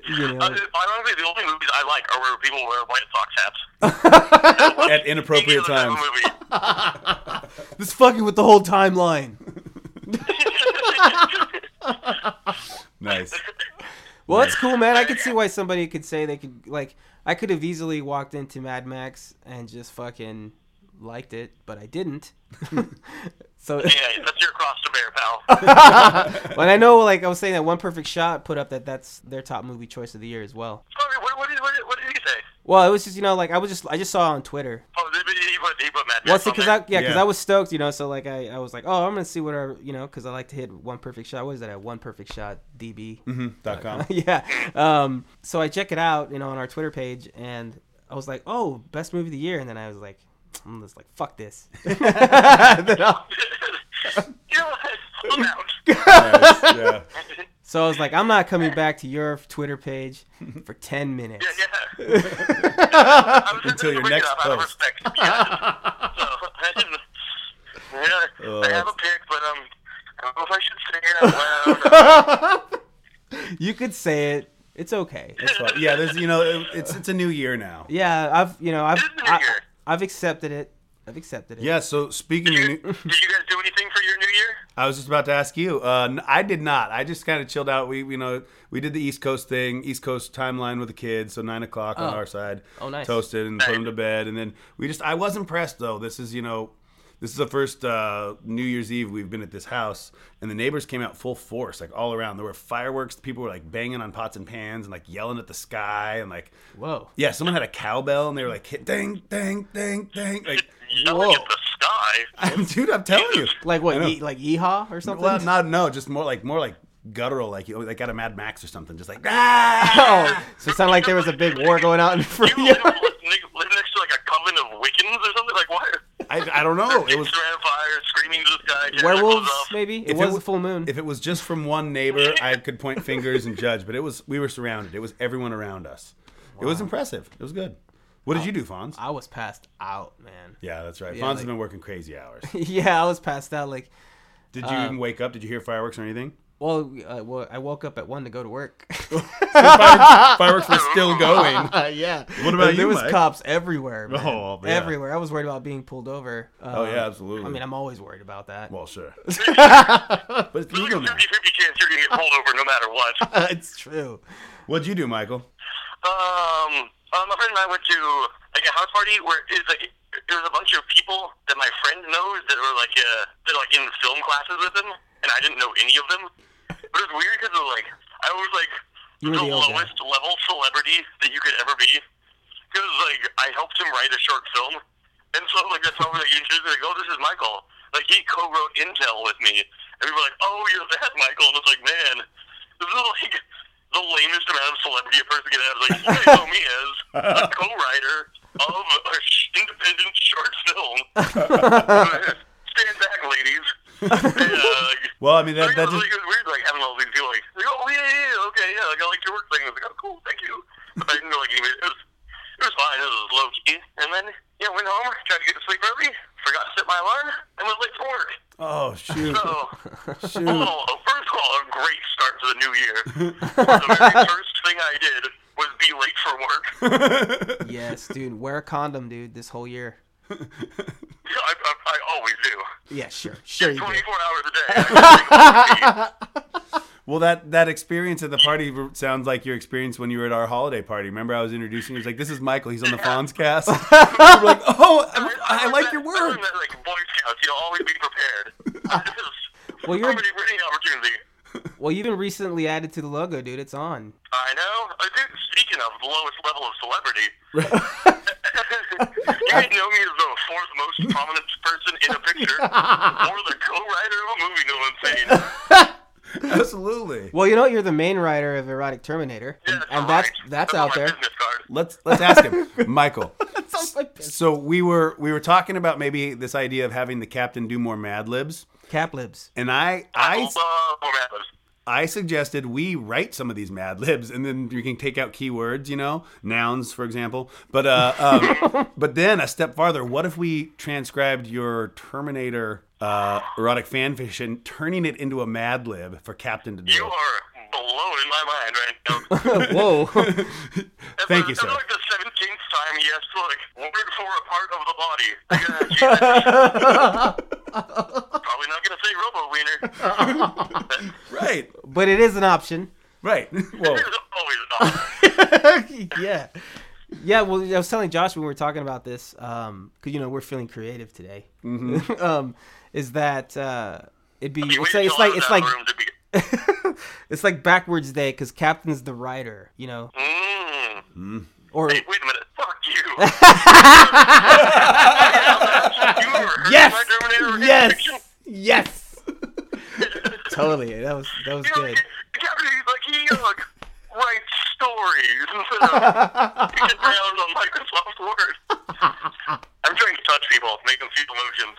[SPEAKER 2] you
[SPEAKER 5] Uh,
[SPEAKER 2] know
[SPEAKER 5] ironically, the only movies I like are where people wear White Sox hats.
[SPEAKER 3] At
[SPEAKER 5] Any
[SPEAKER 3] inappropriate
[SPEAKER 5] other type of
[SPEAKER 3] times.
[SPEAKER 5] movie.
[SPEAKER 2] this fucking with the whole timeline
[SPEAKER 3] Nice.
[SPEAKER 2] Well, that's cool, man. I could see why somebody could say they could like. I could have easily walked into Mad Max and just fucking liked it, but I didn't. so,
[SPEAKER 5] Yeah, that's your cross to bear, pal.
[SPEAKER 2] but I know, like I was saying, that One Perfect Shot put up that that's their top movie choice of the year as well.
[SPEAKER 5] Sorry, what, what, did, what, did- what did he say?
[SPEAKER 2] Well, it was just you know, like I was just I just saw it on Twitter.
[SPEAKER 5] Oh, he put, he put, he put Mad Max
[SPEAKER 2] Well, see,
[SPEAKER 5] on
[SPEAKER 2] because I
[SPEAKER 5] there.
[SPEAKER 2] yeah, because
[SPEAKER 3] Yeah.
[SPEAKER 2] I was stoked, you know. So like I, I was like, oh, I'm gonna see what our you know, because I like to hit One Perfect Shot. What is that at One Perfect Shot DB?
[SPEAKER 3] Dot com.
[SPEAKER 2] yeah. Um, so I check it out, you know, on our Twitter page, and I was like, "Oh, best movie of the year," and then I was like, I'm just like, fuck this.
[SPEAKER 5] you know what? I'm out.
[SPEAKER 3] Nice, yeah.
[SPEAKER 2] So I was like, I'm not coming back to your Twitter page for 10 minutes.
[SPEAKER 5] Yeah. I
[SPEAKER 3] Until
[SPEAKER 5] was just
[SPEAKER 3] your
[SPEAKER 5] bringing
[SPEAKER 3] next
[SPEAKER 5] it up out of
[SPEAKER 3] post.
[SPEAKER 5] respect. Yeah. so, I didn't. Yeah,
[SPEAKER 3] Oh,
[SPEAKER 5] I have a pick, but um, I don't know if I should say it out loud.
[SPEAKER 2] You could say it. It's okay.
[SPEAKER 3] That's fun. Yeah, there's you know it, it's it's a new year now.
[SPEAKER 2] Yeah, I've you know I've
[SPEAKER 5] It is New
[SPEAKER 2] I,
[SPEAKER 5] Year.
[SPEAKER 2] I've accepted it. I've accepted it.
[SPEAKER 3] Yeah. So speaking of, new,
[SPEAKER 5] Did you guys do anything for your New Year?
[SPEAKER 3] I was just about to ask you. Uh, n- I did not. I just kind of chilled out. We you know we did the East Coast thing, East Coast timeline with the kids. So nine o'clock on
[SPEAKER 2] Oh.
[SPEAKER 3] our side.
[SPEAKER 2] Oh, nice.
[SPEAKER 3] Toasted and put them to bed, and then we just. I was impressed though. This is you know. This is the first uh, New Year's Eve we've been at this house, and the neighbors came out full force, like all around. There were fireworks. People were like banging on pots and pans and like yelling at the sky, and like
[SPEAKER 2] Whoa.
[SPEAKER 3] Yeah, someone had a cowbell and they were like, hit ding, ding, ding, ding. Like,
[SPEAKER 5] Yelling
[SPEAKER 3] whoa.
[SPEAKER 5] at the sky.
[SPEAKER 3] I'm, dude, I'm telling you.
[SPEAKER 2] Like what?
[SPEAKER 3] know.
[SPEAKER 2] Ye- like yeehaw or something?
[SPEAKER 3] Well, not, no, just more like, more like guttural, like, you know, like out of Mad Max or something. Just like,
[SPEAKER 2] Oh,
[SPEAKER 3] ah!
[SPEAKER 2] so it sounded like there was a big war going on in front.
[SPEAKER 5] You
[SPEAKER 2] of you.
[SPEAKER 5] live, live next to like a coven of Wiccans or something? Like what?
[SPEAKER 3] I, I don't know. It was,
[SPEAKER 5] Around fire, screaming to the sky. jackets
[SPEAKER 2] Werewolves,
[SPEAKER 5] off.
[SPEAKER 2] maybe. It
[SPEAKER 3] If it
[SPEAKER 2] was
[SPEAKER 3] wa-
[SPEAKER 2] a full moon.
[SPEAKER 3] if it was just from one neighbor, I could point fingers and judge, but it was, we were surrounded. It was everyone around us. It was impressive. It was good. What did you do, Fonz?
[SPEAKER 2] I was passed out, man.
[SPEAKER 3] Yeah, that's right.
[SPEAKER 2] Yeah,
[SPEAKER 3] Fonz has
[SPEAKER 2] like-
[SPEAKER 3] been working crazy hours.
[SPEAKER 2] yeah, I was passed out. Like,
[SPEAKER 3] Did you
[SPEAKER 2] Uh,
[SPEAKER 3] even wake up? Did you hear fireworks or anything?
[SPEAKER 2] well, uh, well I woke up at one to go to work.
[SPEAKER 3] Fireworks were still going.
[SPEAKER 2] yeah.
[SPEAKER 3] What about
[SPEAKER 2] there
[SPEAKER 3] you,
[SPEAKER 2] was
[SPEAKER 3] Mike?
[SPEAKER 2] cops everywhere. Man.
[SPEAKER 3] Oh, yeah.
[SPEAKER 2] everywhere. I was worried about being pulled over.
[SPEAKER 3] Oh,
[SPEAKER 2] Um,
[SPEAKER 3] yeah, absolutely.
[SPEAKER 2] I mean, I'm always worried about that.
[SPEAKER 3] Well, sure. but it's
[SPEAKER 5] There's
[SPEAKER 3] legal
[SPEAKER 5] like
[SPEAKER 3] now.
[SPEAKER 5] a 50 50 chance you're going to get pulled over no matter what.
[SPEAKER 2] it's true.
[SPEAKER 3] What'd you do, Michael?
[SPEAKER 5] Um, uh, my friend and I went to like a house party where it was like there was a bunch of people that my friend knows that were like uh, they're like in film classes with him, and I didn't know any of them. But it was weird because like I was like
[SPEAKER 2] You were
[SPEAKER 5] the,
[SPEAKER 2] the old guy.
[SPEAKER 5] lowest level celebrity that you could ever be because like I helped him write a short film, and so like that's how we like introduced like oh this is Michael like he co-wrote Intel with me, and we were like oh you're that Michael, and it's like man this is like the lamest amount of celebrity a person can have. Like, you guys know me as a co-writer of an independent short film. Stand back, ladies. And, uh, like,
[SPEAKER 3] Well, Oh, I mean, that,
[SPEAKER 5] like, it
[SPEAKER 3] that
[SPEAKER 5] was
[SPEAKER 3] just,
[SPEAKER 5] like, it was weird, like having all these people like, like, oh yeah, yeah, yeah, okay, yeah, like I like your work thing. I was like, oh cool, thank you. But I didn't know like anybody. It was, it was fine. It was low key. And then yeah, went home, tried to get to sleep early, forgot to set my alarm, and was late for work.
[SPEAKER 3] oh shoot,
[SPEAKER 5] So
[SPEAKER 3] shoot.
[SPEAKER 5] Oh, first of all, a great start to the new year. the very first thing I did was be late for work.
[SPEAKER 2] Yes, dude. Wear a condom, dude. This whole year.
[SPEAKER 5] I, I, I always do.
[SPEAKER 2] Yeah, sure, sure you
[SPEAKER 5] 24
[SPEAKER 2] did.
[SPEAKER 5] hours a day. I
[SPEAKER 3] Well, that that experience at the party r- sounds like your experience when you were at our holiday party. Remember, I was introducing you. It's like, this is Michael. He's on the Fonz cast. We're like, oh, I, I like your
[SPEAKER 5] I
[SPEAKER 3] work.
[SPEAKER 5] learned that, like, Boy Scouts, you know, always be prepared.
[SPEAKER 2] Well,
[SPEAKER 5] well,
[SPEAKER 2] you're-
[SPEAKER 5] you're... Somebody winning opportunity.
[SPEAKER 2] Well, you've been recently added to the logo, dude. It's on.
[SPEAKER 5] I know. Uh, dude, speaking of the lowest level of celebrity, you may know me as the fourth most prominent person in a picture, or the co-writer of a movie, no one's saying.
[SPEAKER 3] Absolutely.
[SPEAKER 2] Well, you know you're the main writer of Erotic Terminator,
[SPEAKER 5] Yeah,
[SPEAKER 2] and, and that's
[SPEAKER 5] correct.
[SPEAKER 2] that's
[SPEAKER 5] on
[SPEAKER 2] out
[SPEAKER 5] my
[SPEAKER 2] there.
[SPEAKER 5] Business card.
[SPEAKER 3] Let's let's ask him, Michael.
[SPEAKER 2] That's on my business.
[SPEAKER 3] So we were we were talking about maybe this idea of having the captain do more Mad Libs,
[SPEAKER 2] Cap libs.
[SPEAKER 3] and I I
[SPEAKER 5] I, love Format Labs.
[SPEAKER 3] I suggested we write some of these Mad Libs, and then you can take out keywords, you know, nouns, for example. But uh, um, but then a step farther, what if we transcribed your Terminator uh, erotic fan fiction, turning it into a Mad Lib for Captain to do?
[SPEAKER 5] You are blowing my mind right now.
[SPEAKER 2] Whoa.
[SPEAKER 5] That's
[SPEAKER 3] Thank
[SPEAKER 5] the-
[SPEAKER 3] you, sir.
[SPEAKER 5] That's like the seventeenth time he asked, like, word for a part of the body. Like, uh, Jesus. Probably not gonna say Robo Wiener.
[SPEAKER 3] Right,
[SPEAKER 2] but it is an option.
[SPEAKER 3] right.
[SPEAKER 2] Oh.
[SPEAKER 3] Whoa.
[SPEAKER 5] There's always an option.
[SPEAKER 2] yeah. Yeah, well, I was telling Josh when we were talking about this, because you know we're feeling creative today. um, is that uh, it'd be
[SPEAKER 5] You
[SPEAKER 2] it's
[SPEAKER 5] wait
[SPEAKER 2] like it's
[SPEAKER 5] till
[SPEAKER 2] like it's like
[SPEAKER 5] I'm out of the room to be.
[SPEAKER 2] it's like backwards day because Captain's the writer, you know,
[SPEAKER 5] Mm.
[SPEAKER 2] Hmm. or
[SPEAKER 5] Hey, wait a minute. Fuck you. you ever heard of my Terminator in fiction?
[SPEAKER 2] yes, yes, totally. That was that was
[SPEAKER 5] You know,
[SPEAKER 2] good.
[SPEAKER 5] Captain, he's like, he like, writes stories instead of picking around on Microsoft Word. I'm trying to touch emotions.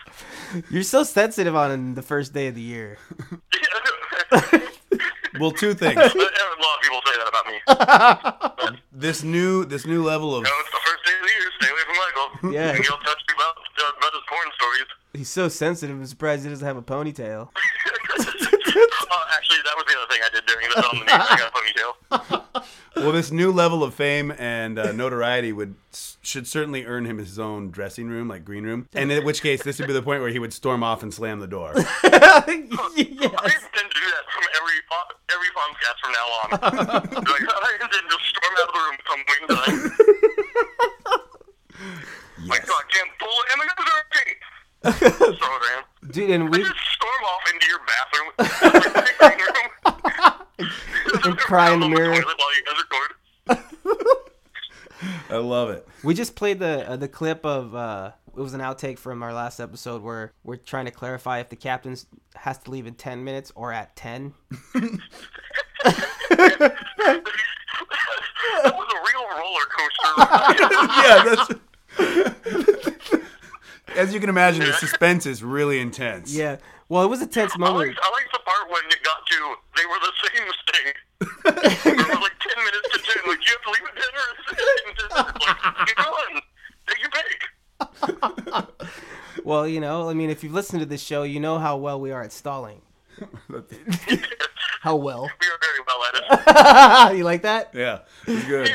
[SPEAKER 2] You're so sensitive on the first day of the year.
[SPEAKER 3] Well, two things.
[SPEAKER 5] uh, a lot of people say that about me.
[SPEAKER 3] this new this new level of
[SPEAKER 5] No, it's the first day of the year. Stay away from Michael.
[SPEAKER 2] Yeah.
[SPEAKER 5] And he'll touch me about, uh, about his porn stories.
[SPEAKER 2] He's so sensitive. I'm surprised he doesn't have a ponytail.
[SPEAKER 5] oh, actually, that was the other thing I did during the film. I got a ponytail.
[SPEAKER 3] well, this new level of fame and uh, notoriety would should certainly earn him his own dressing room, like green room. And in which case, this would be the point where he would storm off and slam the door.
[SPEAKER 5] I intend to do that from every po- every podcast from now on. like, I intend to storm out of the room at some point in time. My God, damn bull M&M's are pink. so man,
[SPEAKER 2] Dude, and we
[SPEAKER 5] just storm off into your bathroom, sitting room.
[SPEAKER 2] And cry in the
[SPEAKER 5] On
[SPEAKER 2] mirror.
[SPEAKER 5] toilet while you guys record.
[SPEAKER 3] I love it.
[SPEAKER 2] we just played the uh, the clip of uh, it was an outtake from our last episode where we're trying to clarify if the captain has to leave in ten minutes or at ten.
[SPEAKER 5] that was a real roller
[SPEAKER 3] Yeah,
[SPEAKER 5] coaster.
[SPEAKER 3] that's. As you can imagine, the suspense is really intense.
[SPEAKER 2] Yeah. Well, it was a tense
[SPEAKER 5] I like
[SPEAKER 2] moment.
[SPEAKER 5] I liked the part when it got to they were the same thing. it was like ten minutes to ten. Like you have to leave at ten or it's like, you're done. Take your pick.
[SPEAKER 2] Well, you know, I mean, if you've listened to this show, you know how well we are at stalling. how well?
[SPEAKER 5] We are very well at it.
[SPEAKER 2] Ah, you like that?
[SPEAKER 3] yeah, it's good.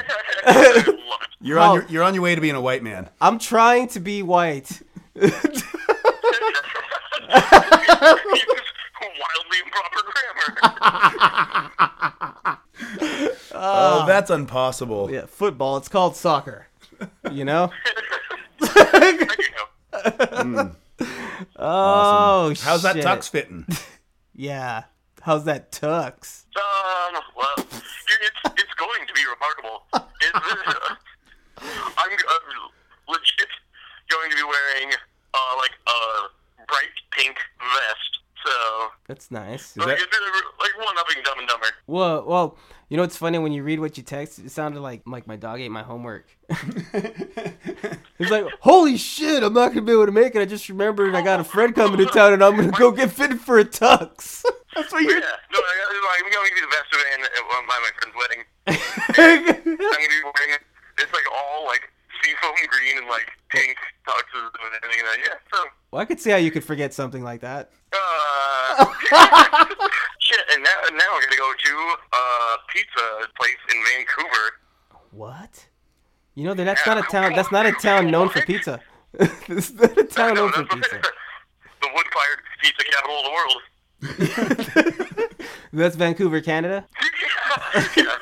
[SPEAKER 5] I love it.
[SPEAKER 3] You're
[SPEAKER 2] Oh.
[SPEAKER 3] on your, you're on your way to being a white man.
[SPEAKER 2] I'm trying to be white.
[SPEAKER 5] Use wildly improper grammar.
[SPEAKER 3] Oh, that's impossible.
[SPEAKER 2] Yeah, football. It's called soccer. You know?
[SPEAKER 5] I do know.
[SPEAKER 2] Oh, shit.
[SPEAKER 3] How's that tux fitting?
[SPEAKER 2] Yeah. How's that tux?
[SPEAKER 5] Um, well, dude, it's, it's going to be remarkable. It's, I'm uh, legit going to be wearing uh, like a bright pink vest. So
[SPEAKER 2] That's nice.
[SPEAKER 3] Is
[SPEAKER 5] like,
[SPEAKER 3] that-
[SPEAKER 5] it's either- like one upping Dumb and Dumber.
[SPEAKER 2] Well, well, you know it's funny when you read what you text. It sounded like like my dog ate my homework. it's like, holy shit, I'm not gonna be able to make it. I just remembered I got a friend coming to town, and I'm gonna go get fitted for a tux. That's what
[SPEAKER 5] Yeah, no, I, I- I'm going to be the best of it at one my, my friend's wedding.
[SPEAKER 2] you.
[SPEAKER 5] I'm going to be wearing it. It's like all like seafoam green and like pink tuxes and everything. And, uh, yeah, so.
[SPEAKER 2] well, I could see how you could forget something like that.
[SPEAKER 5] Uh, shit, and now, and now we're gonna go to a pizza place in Vancouver.
[SPEAKER 2] What? You know that that's not a town. That's not a town known for pizza. It's not a town known for pizza.
[SPEAKER 5] the wood-fired pizza capital of the world.
[SPEAKER 2] That's Vancouver, Canada.
[SPEAKER 5] Yeah. oh shit, I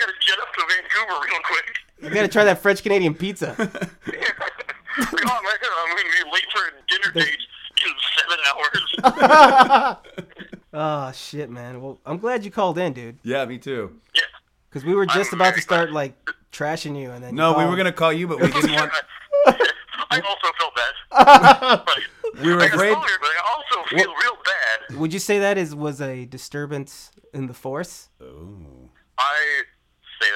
[SPEAKER 5] gotta jet up to Vancouver real quick.
[SPEAKER 2] You gotta try that French Canadian pizza.
[SPEAKER 5] oh my god, I'm gonna be late for a dinner date in seven hours.
[SPEAKER 2] Oh shit, man. Well, I'm glad you called in, dude.
[SPEAKER 3] Yeah, me too.
[SPEAKER 5] yeah.
[SPEAKER 2] Because we were just
[SPEAKER 5] I'm
[SPEAKER 2] about to
[SPEAKER 5] very
[SPEAKER 2] start
[SPEAKER 5] glad.
[SPEAKER 2] like trashing you, and then you
[SPEAKER 3] No, we
[SPEAKER 2] called.
[SPEAKER 3] were gonna call you, but we didn't want.
[SPEAKER 5] I also felt bad. Right.
[SPEAKER 3] We were
[SPEAKER 5] I got
[SPEAKER 3] afraid.
[SPEAKER 5] fired, but I also feel real bad.
[SPEAKER 2] Would you say that is was a disturbance in the force?
[SPEAKER 5] I say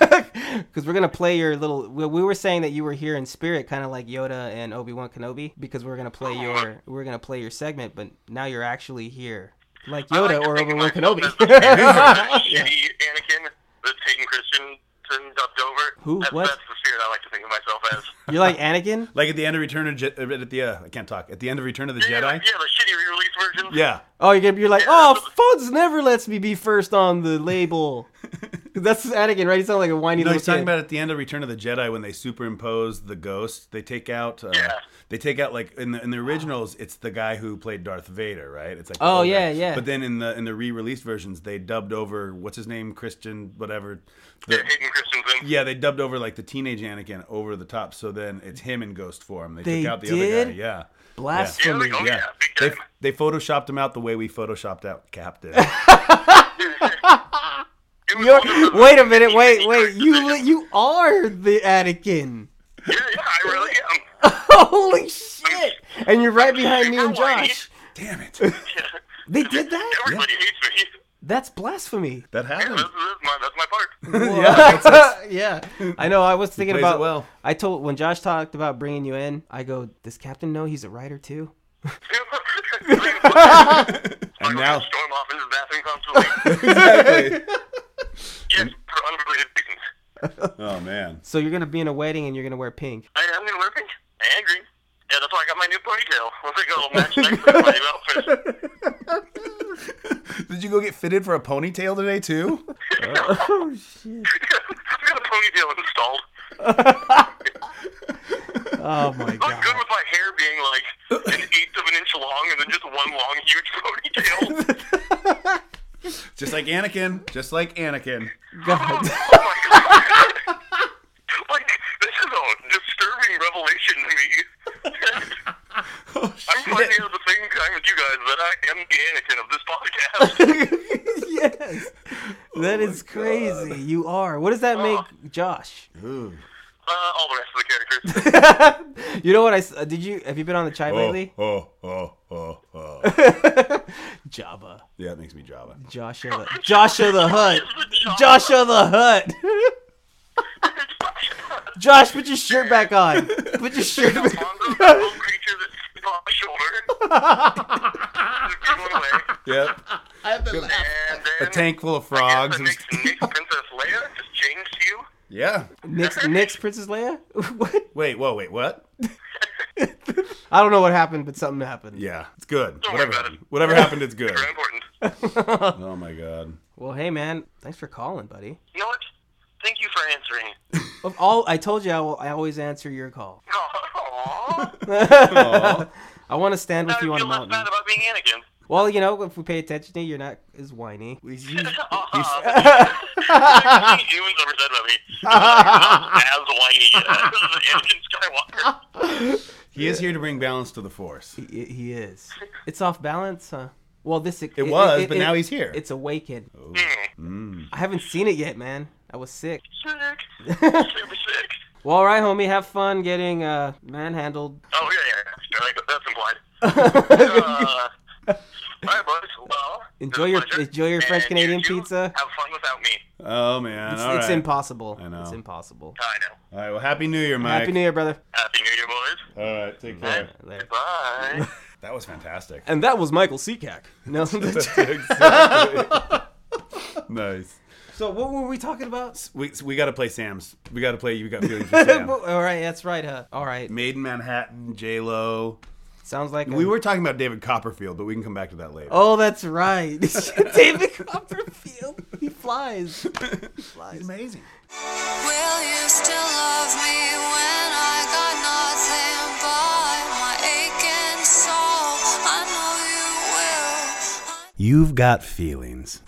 [SPEAKER 5] that constantly.
[SPEAKER 2] Because we're gonna play your little. We, we were saying that you were here in spirit, kind of like Yoda and Obi Wan Kenobi, because we're gonna
[SPEAKER 5] Oh,
[SPEAKER 2] play your we we're gonna play your segment, but now you're actually here, like
[SPEAKER 5] I
[SPEAKER 2] Yoda
[SPEAKER 5] like to
[SPEAKER 2] or
[SPEAKER 5] think
[SPEAKER 2] Obi
[SPEAKER 5] of
[SPEAKER 2] Wan
[SPEAKER 5] myself
[SPEAKER 2] Kenobi.
[SPEAKER 5] as the shitty Anakin, the Tatum Christensen dubbed over.
[SPEAKER 2] Who?
[SPEAKER 5] That's,
[SPEAKER 2] What?
[SPEAKER 5] That's the spirit I like to think of myself as.
[SPEAKER 2] you're like Anakin.
[SPEAKER 3] Like at the end of Return of Je- uh, at the uh, I can't talk. At the end of Return of the
[SPEAKER 5] Yeah,
[SPEAKER 3] Jedi.
[SPEAKER 5] yeah, the shitty re-release version.
[SPEAKER 3] Yeah.
[SPEAKER 2] Oh, you're gonna be like, oh, Fonz never lets me be first on the label. That's Anakin, right? He sounds like a whiny
[SPEAKER 3] No,
[SPEAKER 2] little
[SPEAKER 3] he's talking
[SPEAKER 2] kid.
[SPEAKER 3] about at the end of Return of the Jedi when they superimpose the ghost. They take out. Uh,
[SPEAKER 5] Yeah.
[SPEAKER 3] They take out like in the in the originals, it's the guy who played Darth Vader, right? It's like the
[SPEAKER 2] Oh,
[SPEAKER 3] old
[SPEAKER 2] yeah,
[SPEAKER 3] guy.
[SPEAKER 2] yeah.
[SPEAKER 3] But then in the in the re-released versions, they dubbed over what's his name, Christian, whatever.
[SPEAKER 5] Yeah,
[SPEAKER 3] The,
[SPEAKER 5] Hayden Christensen.
[SPEAKER 3] yeah, they dubbed over like the teenage Anakin over the top. So then it's him in ghost form. They,
[SPEAKER 2] They
[SPEAKER 3] took out the
[SPEAKER 2] did?
[SPEAKER 3] other guy. Yeah.
[SPEAKER 5] Yeah,
[SPEAKER 2] Blasphemy.
[SPEAKER 5] like, oh yeah,
[SPEAKER 3] Yeah.
[SPEAKER 5] big
[SPEAKER 3] They,
[SPEAKER 5] time.
[SPEAKER 3] they photoshopped him out the way we photoshopped out Captain.
[SPEAKER 5] It was
[SPEAKER 2] You're,
[SPEAKER 5] one of those-
[SPEAKER 2] wait a minute, wait, wait. You li- you are the Anakin.
[SPEAKER 5] Yeah, yeah, I really am.
[SPEAKER 2] Holy shit! And you're right behind me and Josh.
[SPEAKER 3] Damn it.
[SPEAKER 2] They did that?
[SPEAKER 5] Everybody hates me.
[SPEAKER 2] That's blasphemy.
[SPEAKER 3] That
[SPEAKER 5] Yeah,
[SPEAKER 3] happened.
[SPEAKER 5] that's, that's, my, that's my part.
[SPEAKER 2] yeah, I know. I was thinking
[SPEAKER 3] plays
[SPEAKER 2] about.
[SPEAKER 3] it well.
[SPEAKER 2] I told when Josh talked about bringing you in, I go, "Does Captain know he's a writer too?"
[SPEAKER 3] And now,
[SPEAKER 5] storm off into the bathroom constantly.
[SPEAKER 3] exactly.
[SPEAKER 5] yes, for unrelated reasons.
[SPEAKER 3] Oh man,
[SPEAKER 2] So you're gonna be in a wedding and you're gonna wear pink.
[SPEAKER 5] I, I'm gonna wear pink and green. Yeah, that's why I got my new ponytail. Once I got a match next to my new outfit.
[SPEAKER 3] did you go get fitted for a ponytail today too?
[SPEAKER 5] I got a ponytail installed.
[SPEAKER 2] Oh my
[SPEAKER 5] I'm
[SPEAKER 2] god!
[SPEAKER 5] good with my hair being like an eighth of an inch long and then just one long, huge ponytail.
[SPEAKER 3] Just like Anakin. Just like Anakin.
[SPEAKER 5] oh my god! like this is a disturbing revelation to me.
[SPEAKER 3] Oh,
[SPEAKER 5] I'm finding out at the same time as you guys that I am the Anakin of this
[SPEAKER 2] yes,
[SPEAKER 5] podcast.
[SPEAKER 2] that
[SPEAKER 3] Oh
[SPEAKER 2] is crazy. You are. What does that make, Josh?
[SPEAKER 5] uh, all the rest of the characters.
[SPEAKER 2] You know what? I s- uh, did you have you been on the chai lately?
[SPEAKER 3] Oh, oh, oh, oh.
[SPEAKER 2] Java,
[SPEAKER 3] Yeah, it makes me Java.
[SPEAKER 2] Joshua, the, Joshua the Hut, Joshua the Hut. Josh, put your shirt back on. Put your shirt
[SPEAKER 5] Mongo,
[SPEAKER 2] back.
[SPEAKER 5] the little creature that's on my shoulder. Just give him away.
[SPEAKER 3] Yep.
[SPEAKER 5] And
[SPEAKER 3] A
[SPEAKER 5] then
[SPEAKER 3] tank full of
[SPEAKER 5] I guess
[SPEAKER 3] frogs. And
[SPEAKER 5] that makes Nick Princess Leia just changed you.
[SPEAKER 3] yeah.
[SPEAKER 2] Nick's, Nick's Princess Leia. what?
[SPEAKER 3] Wait, whoa, wait, what?
[SPEAKER 2] I don't know what happened, but something happened.
[SPEAKER 3] Yeah, it's good.
[SPEAKER 5] Don't worry
[SPEAKER 3] Whatever
[SPEAKER 5] about
[SPEAKER 3] happened. Whatever happened, it's good.
[SPEAKER 5] Very important.
[SPEAKER 3] Oh my god.
[SPEAKER 2] Well, hey man, thanks for calling, buddy.
[SPEAKER 5] You know what? Thank you for answering.
[SPEAKER 2] Of all, I told you I, will, I always answer your call.
[SPEAKER 5] Aww.
[SPEAKER 2] I want to stand
[SPEAKER 5] Now
[SPEAKER 2] with
[SPEAKER 5] you
[SPEAKER 2] you on a
[SPEAKER 5] feel less
[SPEAKER 2] mountain.
[SPEAKER 5] bad about being Anakin.
[SPEAKER 2] Well, you know, if we pay attention to you, you're not as whiny.
[SPEAKER 5] Aw. Uh-huh. Nothing humans ever said about me. As whiny as Anakin Skywalker.
[SPEAKER 2] Oh.
[SPEAKER 3] He is here to bring balance to the force.
[SPEAKER 2] He, he is. It's off balance, huh? Well, this it,
[SPEAKER 3] was, but now he's here.
[SPEAKER 2] It's awakened.
[SPEAKER 5] Hmm.
[SPEAKER 2] I haven't seen it yet, man. I was sick.
[SPEAKER 5] Sick. Super sick.
[SPEAKER 2] Well, all right, homie. Have fun getting uh, manhandled.
[SPEAKER 5] Oh yeah, yeah. All right, that's implied. uh, all right, boys. Well,
[SPEAKER 2] Enjoy
[SPEAKER 5] it's a
[SPEAKER 2] your-
[SPEAKER 5] pleasure.
[SPEAKER 2] enjoy your French
[SPEAKER 5] And
[SPEAKER 2] Canadian
[SPEAKER 5] you two
[SPEAKER 2] pizza.
[SPEAKER 5] Have fun without me.
[SPEAKER 3] Oh man.
[SPEAKER 2] It's,
[SPEAKER 3] All
[SPEAKER 2] it's
[SPEAKER 3] right.
[SPEAKER 2] impossible.
[SPEAKER 3] I know.
[SPEAKER 2] It's impossible.
[SPEAKER 5] I know.
[SPEAKER 3] All right. Well, happy New Year, Mike.
[SPEAKER 2] Happy New Year, brother.
[SPEAKER 5] Happy New Year, boys.
[SPEAKER 3] All right. Take care.
[SPEAKER 2] There.
[SPEAKER 5] Bye.
[SPEAKER 3] That was fantastic.
[SPEAKER 2] And that was Michael Seacack. No.
[SPEAKER 3] Exactly. nice.
[SPEAKER 2] so what were we talking about?
[SPEAKER 3] We so we got to play Sam's. We got to play. You got feelings for Sam.
[SPEAKER 2] All right, that's right. Huh? All right.
[SPEAKER 3] Made in Manhattan, J Lo.
[SPEAKER 2] Sounds like
[SPEAKER 3] We
[SPEAKER 2] a-
[SPEAKER 3] were talking about David Copperfield, but we can come back to that later.
[SPEAKER 2] Oh, that's right. David Copperfield. He flies.
[SPEAKER 3] it's amazing.
[SPEAKER 7] Will you still love me when I got nothing but my aching soul? I know you will.
[SPEAKER 3] You've got feelings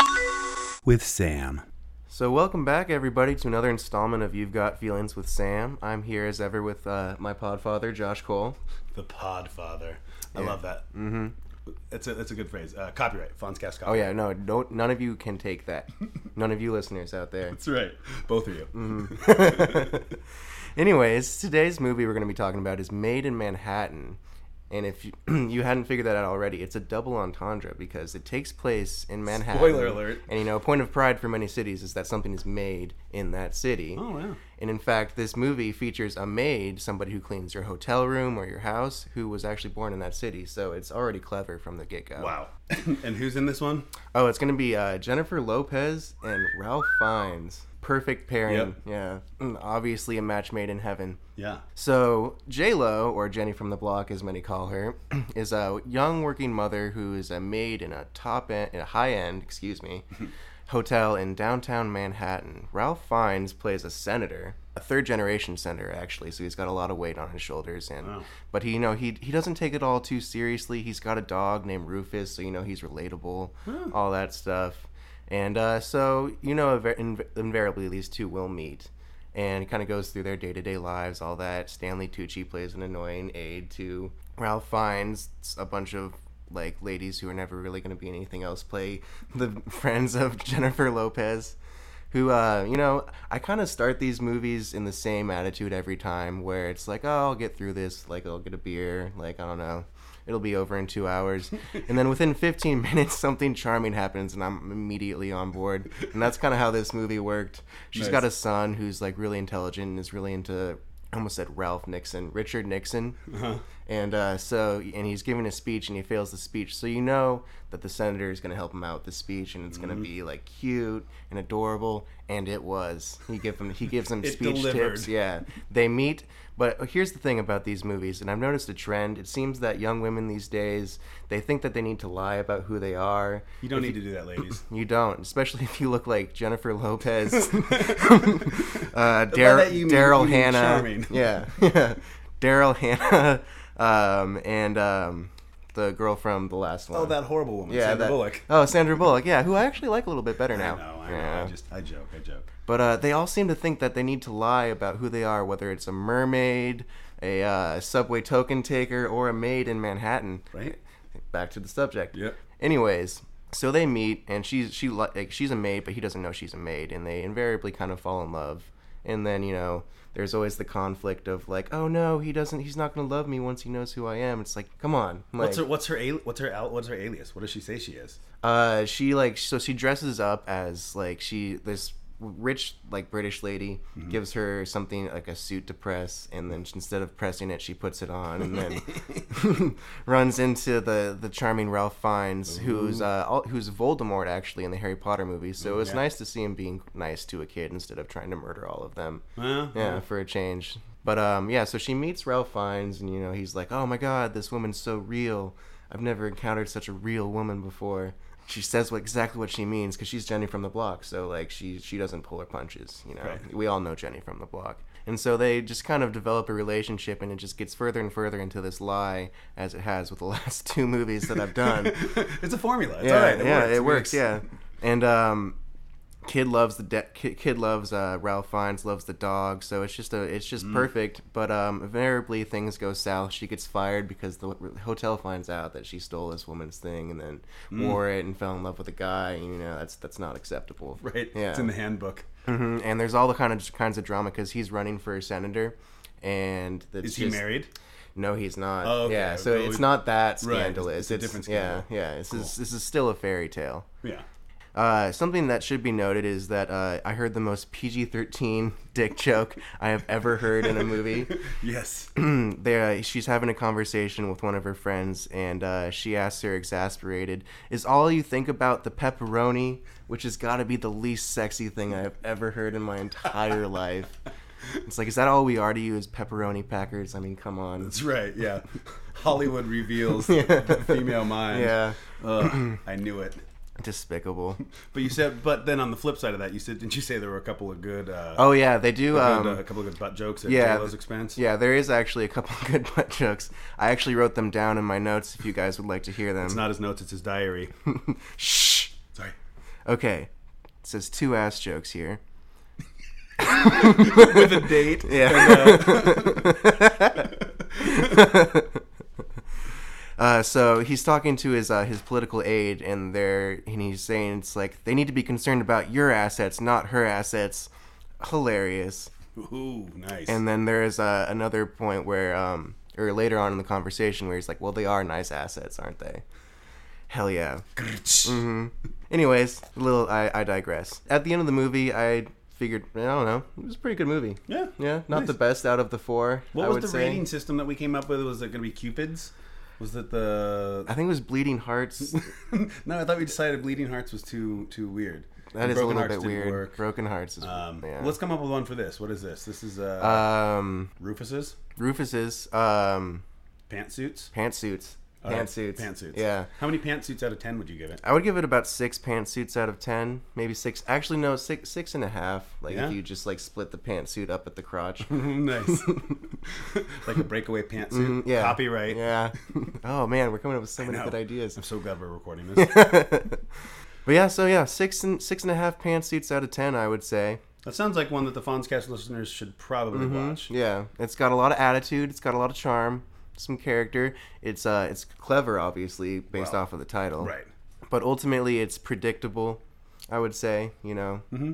[SPEAKER 3] with Sam.
[SPEAKER 8] So welcome back, everybody, to another installment of You've Got Feelings with Sam. I'm here as ever with uh, my podfather, Josh Cole.
[SPEAKER 3] The Podfather. I love that. Mm-hmm. That's a that's a good phrase. Uh, copyright. Fonzcast copyright.
[SPEAKER 8] Oh yeah, no, don't, none of you can take that. none of you listeners out there.
[SPEAKER 3] That's right. Both of you.
[SPEAKER 8] Mm-hmm. Anyways, today's movie we're going to be talking about is Made in Manhattan. And if you, you hadn't figured that out already, it's a double entendre because it takes place in Manhattan.
[SPEAKER 3] Spoiler alert.
[SPEAKER 8] And you know, a point of pride for many cities is that something is made in that city.
[SPEAKER 3] Oh wow.
[SPEAKER 8] And in fact, this movie features a maid, somebody who cleans your hotel room or your house, who was actually born in that city. So it's already clever from the get go.
[SPEAKER 3] Wow. and who's in this one?
[SPEAKER 8] Oh, it's going to be uh, Jennifer Lopez and Ralph Fiennes. Perfect pairing.
[SPEAKER 3] Yep.
[SPEAKER 8] Yeah. Mm, Obviously, a match made in heaven.
[SPEAKER 3] Yeah.
[SPEAKER 8] So J Lo, or Jenny from the Block, as many call her, is a young working mother who is a maid in a top end, in a high end, excuse me, hotel in downtown Manhattan. Ralph Fiennes plays a senator, a third generation senator actually, so he's got a lot of weight on his shoulders. And but he, you know, he he doesn't take it all too seriously. He's got a dog named Rufus, so you know he's relatable, all that stuff. And uh, so you know, inv- inv- invariably these two will meet and kind of goes through their day to day lives, all that. Stanley Tucci plays an annoying aide to Ralph Fiennes. A bunch of like ladies who are never really going to be anything else play the friends of Jennifer Lopez, who, uh, you know, I kind of start these movies in the same attitude every time, where it's like, oh, I'll get through this. Like, I'll get a beer. Like, I don't know. It'll be over in two hours. and then within 15 minutes, something charming happens, and I'm immediately on board. And that's kind of how this movie worked. She's got a son who's like really intelligent and is really into I almost said Ralph Nixon, Richard Nixon,
[SPEAKER 3] Uh-huh.
[SPEAKER 8] and uh, so and he's giving a speech and he fails the speech. So you know that the senator is going to help him out with the speech and it's going
[SPEAKER 3] Mm-hmm.
[SPEAKER 8] to be like cute and adorable, and it was. He give him he gives him
[SPEAKER 3] It
[SPEAKER 8] speech
[SPEAKER 3] delivered.
[SPEAKER 8] tips. Yeah, they meet. But here's the thing about these movies, and I've noticed a trend. It seems that young women these days they think that they need to lie about who they are.
[SPEAKER 3] You don't need to do that, ladies.
[SPEAKER 8] You don't, especially if you look like Jennifer Lopez, uh,
[SPEAKER 3] that you
[SPEAKER 8] Daryl
[SPEAKER 3] mean-
[SPEAKER 8] Daryl
[SPEAKER 3] you mean
[SPEAKER 8] Hannah,
[SPEAKER 3] charming.
[SPEAKER 8] yeah, Daryl Hannah, um, and um, the girl from the last one.
[SPEAKER 3] oh, that horrible woman,
[SPEAKER 8] yeah,
[SPEAKER 3] Sandra
[SPEAKER 8] that-
[SPEAKER 3] Bullock.
[SPEAKER 8] Oh, Sandra Bullock, yeah, who I actually like a little bit better now.
[SPEAKER 3] No, I, know,
[SPEAKER 8] Yeah.
[SPEAKER 3] I just I joke, I joke.
[SPEAKER 8] But uh, they all seem to think that they need to lie about who they are, whether it's a mermaid, a uh, subway token taker, or a maid in Manhattan.
[SPEAKER 3] Right.
[SPEAKER 8] Back to the subject.
[SPEAKER 3] Yep.
[SPEAKER 8] Anyways, so they meet, and she's she li- like she's a maid, but he doesn't know she's a maid, and they invariably kind of fall in love. And then you know, there's always the conflict of like, oh no, he doesn't, he's not gonna love me once he knows who I am. It's like, come on, like,
[SPEAKER 3] What's her what's her al- what's her al- what's her alias? What does she say she is?
[SPEAKER 8] uh, she like so she dresses up as like she this rich like British lady gives her something like a suit to press, and then she- instead of pressing it, she puts it on, and then runs into the the charming Ralph Fiennes, who's uh all, who's Voldemort actually in the Harry Potter movies. So it was nice to see him being nice to a kid instead of trying to murder all of them
[SPEAKER 3] Well,
[SPEAKER 8] yeah, for a change. But um, yeah, so she meets Ralph Fiennes, and you know he's like, "Oh my God, this woman's so real. I've never encountered such a real woman before." She says what, exactly what she means because she's Jenny from the Block, so like she she doesn't pull her punches. You know,
[SPEAKER 3] Right.
[SPEAKER 8] we all know Jenny from the Block, and so they just kind of develop a relationship, and it just gets further and further into this lie, as it has with the last two movies that I've done.
[SPEAKER 3] it's a formula. It's
[SPEAKER 8] yeah,
[SPEAKER 3] all right. It
[SPEAKER 8] yeah,
[SPEAKER 3] works.
[SPEAKER 8] it works. Yeah, and um, kid loves the de- kid, kid loves uh, Ralph Fiennes loves the dog, so it's just a it's just
[SPEAKER 3] Mm.
[SPEAKER 8] perfect. But um, invariably things go south. She gets fired because the hotel finds out that she stole this woman's thing and then
[SPEAKER 3] Mm.
[SPEAKER 8] wore it and fell in love with a guy. You know that's that's not acceptable.
[SPEAKER 3] Right.
[SPEAKER 8] Yeah.
[SPEAKER 3] It's in the handbook.
[SPEAKER 8] Mhm, And there's all the kind of kinds of drama because he's running for senator. And that's
[SPEAKER 3] Is he
[SPEAKER 8] just-
[SPEAKER 3] married?
[SPEAKER 8] no, he's not.
[SPEAKER 3] Oh, okay.
[SPEAKER 8] Yeah, so
[SPEAKER 3] Well,
[SPEAKER 8] it's
[SPEAKER 3] we-
[SPEAKER 8] not
[SPEAKER 3] Right, it's-
[SPEAKER 8] that scandalous.
[SPEAKER 3] it's a different scandal.
[SPEAKER 8] Yeah, yeah. This is this is still a fairy tale.
[SPEAKER 3] Yeah.
[SPEAKER 8] Uh, something that should be noted is that uh, I heard the most PG-13 dick joke I have ever heard in a movie.
[SPEAKER 3] Yes.
[SPEAKER 8] there, she's having a conversation with one of her friends, and uh, she asks her, exasperated, "Is all you think about the pepperoni?" Which has got to be the least sexy thing I have ever heard in my entire life. It's like, is that all we are to you? Is pepperoni packers? I mean, come on.
[SPEAKER 3] That's right. Yeah. Hollywood reveals the female mind.
[SPEAKER 8] Yeah,
[SPEAKER 3] Ugh, I knew it.
[SPEAKER 8] despicable.
[SPEAKER 3] But you said, but then on the flip side of that, you said, didn't you say there were a couple of good, uh,
[SPEAKER 8] Oh yeah, they do.
[SPEAKER 3] good,
[SPEAKER 8] Um,
[SPEAKER 3] uh, a couple of good butt jokes at
[SPEAKER 8] yeah,
[SPEAKER 3] yeah, JLo's expense?
[SPEAKER 8] Yeah, there is actually a couple good butt jokes. I actually wrote them down in my notes if you guys would like to hear them.
[SPEAKER 3] It's not his notes; it's his diary.
[SPEAKER 8] Shh.
[SPEAKER 3] Sorry.
[SPEAKER 8] Okay. It says two ass jokes here.
[SPEAKER 3] With a date.
[SPEAKER 8] Uh, so he's talking to his uh, his political aide, and they're and he's saying it's like they need to be concerned about your assets, not her assets. Hilarious.
[SPEAKER 3] Ooh, nice.
[SPEAKER 8] And then there is uh, another point where, um, or later on in the conversation, where he's like, "Well, they are nice assets, aren't they?" Hell yeah. Mm-hmm. Anyways, a little I, I digress. At the end of the movie, I figured I don't know, it was a pretty good movie.
[SPEAKER 3] yeah,
[SPEAKER 8] Yeah, not
[SPEAKER 3] nice.
[SPEAKER 8] the best out of the four.
[SPEAKER 3] What
[SPEAKER 8] I
[SPEAKER 3] was
[SPEAKER 8] would
[SPEAKER 3] the
[SPEAKER 8] say.
[SPEAKER 3] rating system that we came up with? Was it going to be Cupid's? Was it the?
[SPEAKER 8] I think it was Bleeding Hearts.
[SPEAKER 3] no, I thought we decided Bleeding Hearts was too too weird.
[SPEAKER 8] That is a
[SPEAKER 3] Broken
[SPEAKER 8] little
[SPEAKER 3] Hearts
[SPEAKER 8] bit
[SPEAKER 3] didn't
[SPEAKER 8] weird.
[SPEAKER 3] work.
[SPEAKER 8] Broken Hearts is
[SPEAKER 3] Um,
[SPEAKER 8] yeah.
[SPEAKER 3] Let's come up with one for this. What is this? This is uh,
[SPEAKER 8] um,
[SPEAKER 3] Rufus's
[SPEAKER 8] Rufus's um,
[SPEAKER 3] pantsuits.
[SPEAKER 8] pantsuits.
[SPEAKER 3] All right,
[SPEAKER 8] Pantsuits.
[SPEAKER 3] Pantsuits.
[SPEAKER 8] Yeah.
[SPEAKER 3] How many pantsuits out of ten would you give it?
[SPEAKER 8] I would give it about six pantsuits out of ten, maybe six. Actually, no, six, six and a half. Like
[SPEAKER 3] Yeah?
[SPEAKER 8] if you just like split the pantsuit up at the crotch.
[SPEAKER 3] nice. like a breakaway pantsuit.
[SPEAKER 8] Mm, Yeah.
[SPEAKER 3] Copyright.
[SPEAKER 8] Yeah. oh man, we're coming up with so many
[SPEAKER 3] know.
[SPEAKER 8] good ideas.
[SPEAKER 3] I'm so glad we're recording this.
[SPEAKER 8] But yeah, so yeah, six and six and a half pantsuits out of ten, I would say.
[SPEAKER 3] that sounds like one that the Fonzcast listeners should probably
[SPEAKER 8] Mm-hmm.
[SPEAKER 3] watch.
[SPEAKER 8] Yeah, it's got a lot of attitude. It's got a lot of charm, some character. It's uh, it's clever, obviously, based off of the title.
[SPEAKER 3] Right.
[SPEAKER 8] But ultimately, it's predictable. I would say, you know. Mm-hmm.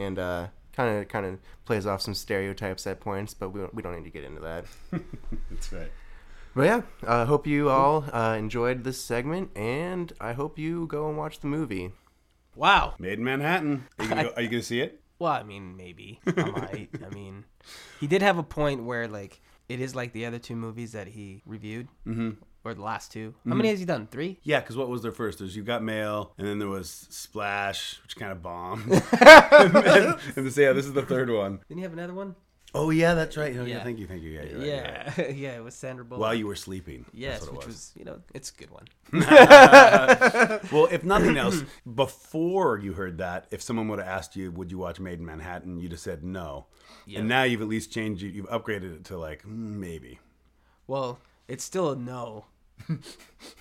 [SPEAKER 8] and uh, kind of kind of plays off some stereotypes at points, but we don't, we don't need to get into that.
[SPEAKER 3] That's right.
[SPEAKER 8] But yeah, I uh, hope you all uh, enjoyed this segment, and I hope you go and watch the movie.
[SPEAKER 2] Wow.
[SPEAKER 3] Made in Manhattan. Are you gonna, go, are you gonna see it?
[SPEAKER 2] Well, I mean, maybe I might. I mean, he did have a point where like it is like the other two movies that he reviewed, mm-hmm. or the last 2 How many has he done? Three.
[SPEAKER 3] Yeah, because what was there first? There's You Got Mail, and then there was Splash, which kind of bombed. and, and this, yeah, this is the third one.
[SPEAKER 2] Didn't he have another one?
[SPEAKER 3] Oh yeah, that's right. Oh, yeah.
[SPEAKER 2] Yeah.
[SPEAKER 3] thank you, thank you. Yeah, you're right, you're right.
[SPEAKER 2] yeah, yeah. It was Sandra Bullock.
[SPEAKER 3] While you were sleeping. That's
[SPEAKER 2] yes,
[SPEAKER 3] what it
[SPEAKER 2] which
[SPEAKER 3] was.
[SPEAKER 2] was you know it's a good one.
[SPEAKER 3] Well, if nothing else, before you heard that, if someone would have asked you, "Would you watch Made in Manhattan?" you'd have said no. And now you've at least changed. You, you've upgraded it to like mm, maybe.
[SPEAKER 2] Well, it's still a no,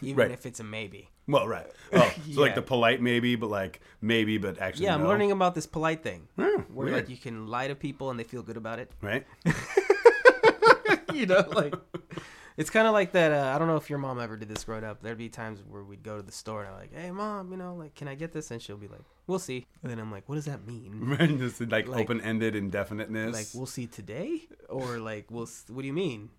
[SPEAKER 2] even
[SPEAKER 3] Right.
[SPEAKER 2] if it's a maybe.
[SPEAKER 3] Well, right. Oh, so like
[SPEAKER 2] Yeah.
[SPEAKER 3] the polite maybe, but like maybe, but actually,
[SPEAKER 2] Yeah, I'm
[SPEAKER 3] no.
[SPEAKER 2] learning about this polite thing where
[SPEAKER 3] weird.
[SPEAKER 2] like you can lie to people and they feel good about it.
[SPEAKER 3] Right.
[SPEAKER 2] you know, like it's kind of like that. Uh, I don't know if your mom ever did this growing up. There'd be times where we'd go to the store and I'm like, "Hey, mom, you know, like, can I get this?" And she'll be like, "We'll see." And then I'm like, "What does that mean?"
[SPEAKER 3] Right, Just like,
[SPEAKER 2] Like-
[SPEAKER 3] open-ended indefiniteness.
[SPEAKER 2] Like, "We'll see today," or like, "We'll." s- What do you mean?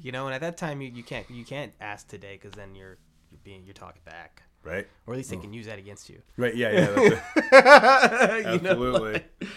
[SPEAKER 2] you know, and at that time, you, you can't you can't ask today because then you're you're being you're talking back,
[SPEAKER 3] right.
[SPEAKER 2] or at least they can use that against you.
[SPEAKER 3] Right. Yeah. Yeah. That's it.
[SPEAKER 2] You know,
[SPEAKER 3] Absolutely.
[SPEAKER 2] like,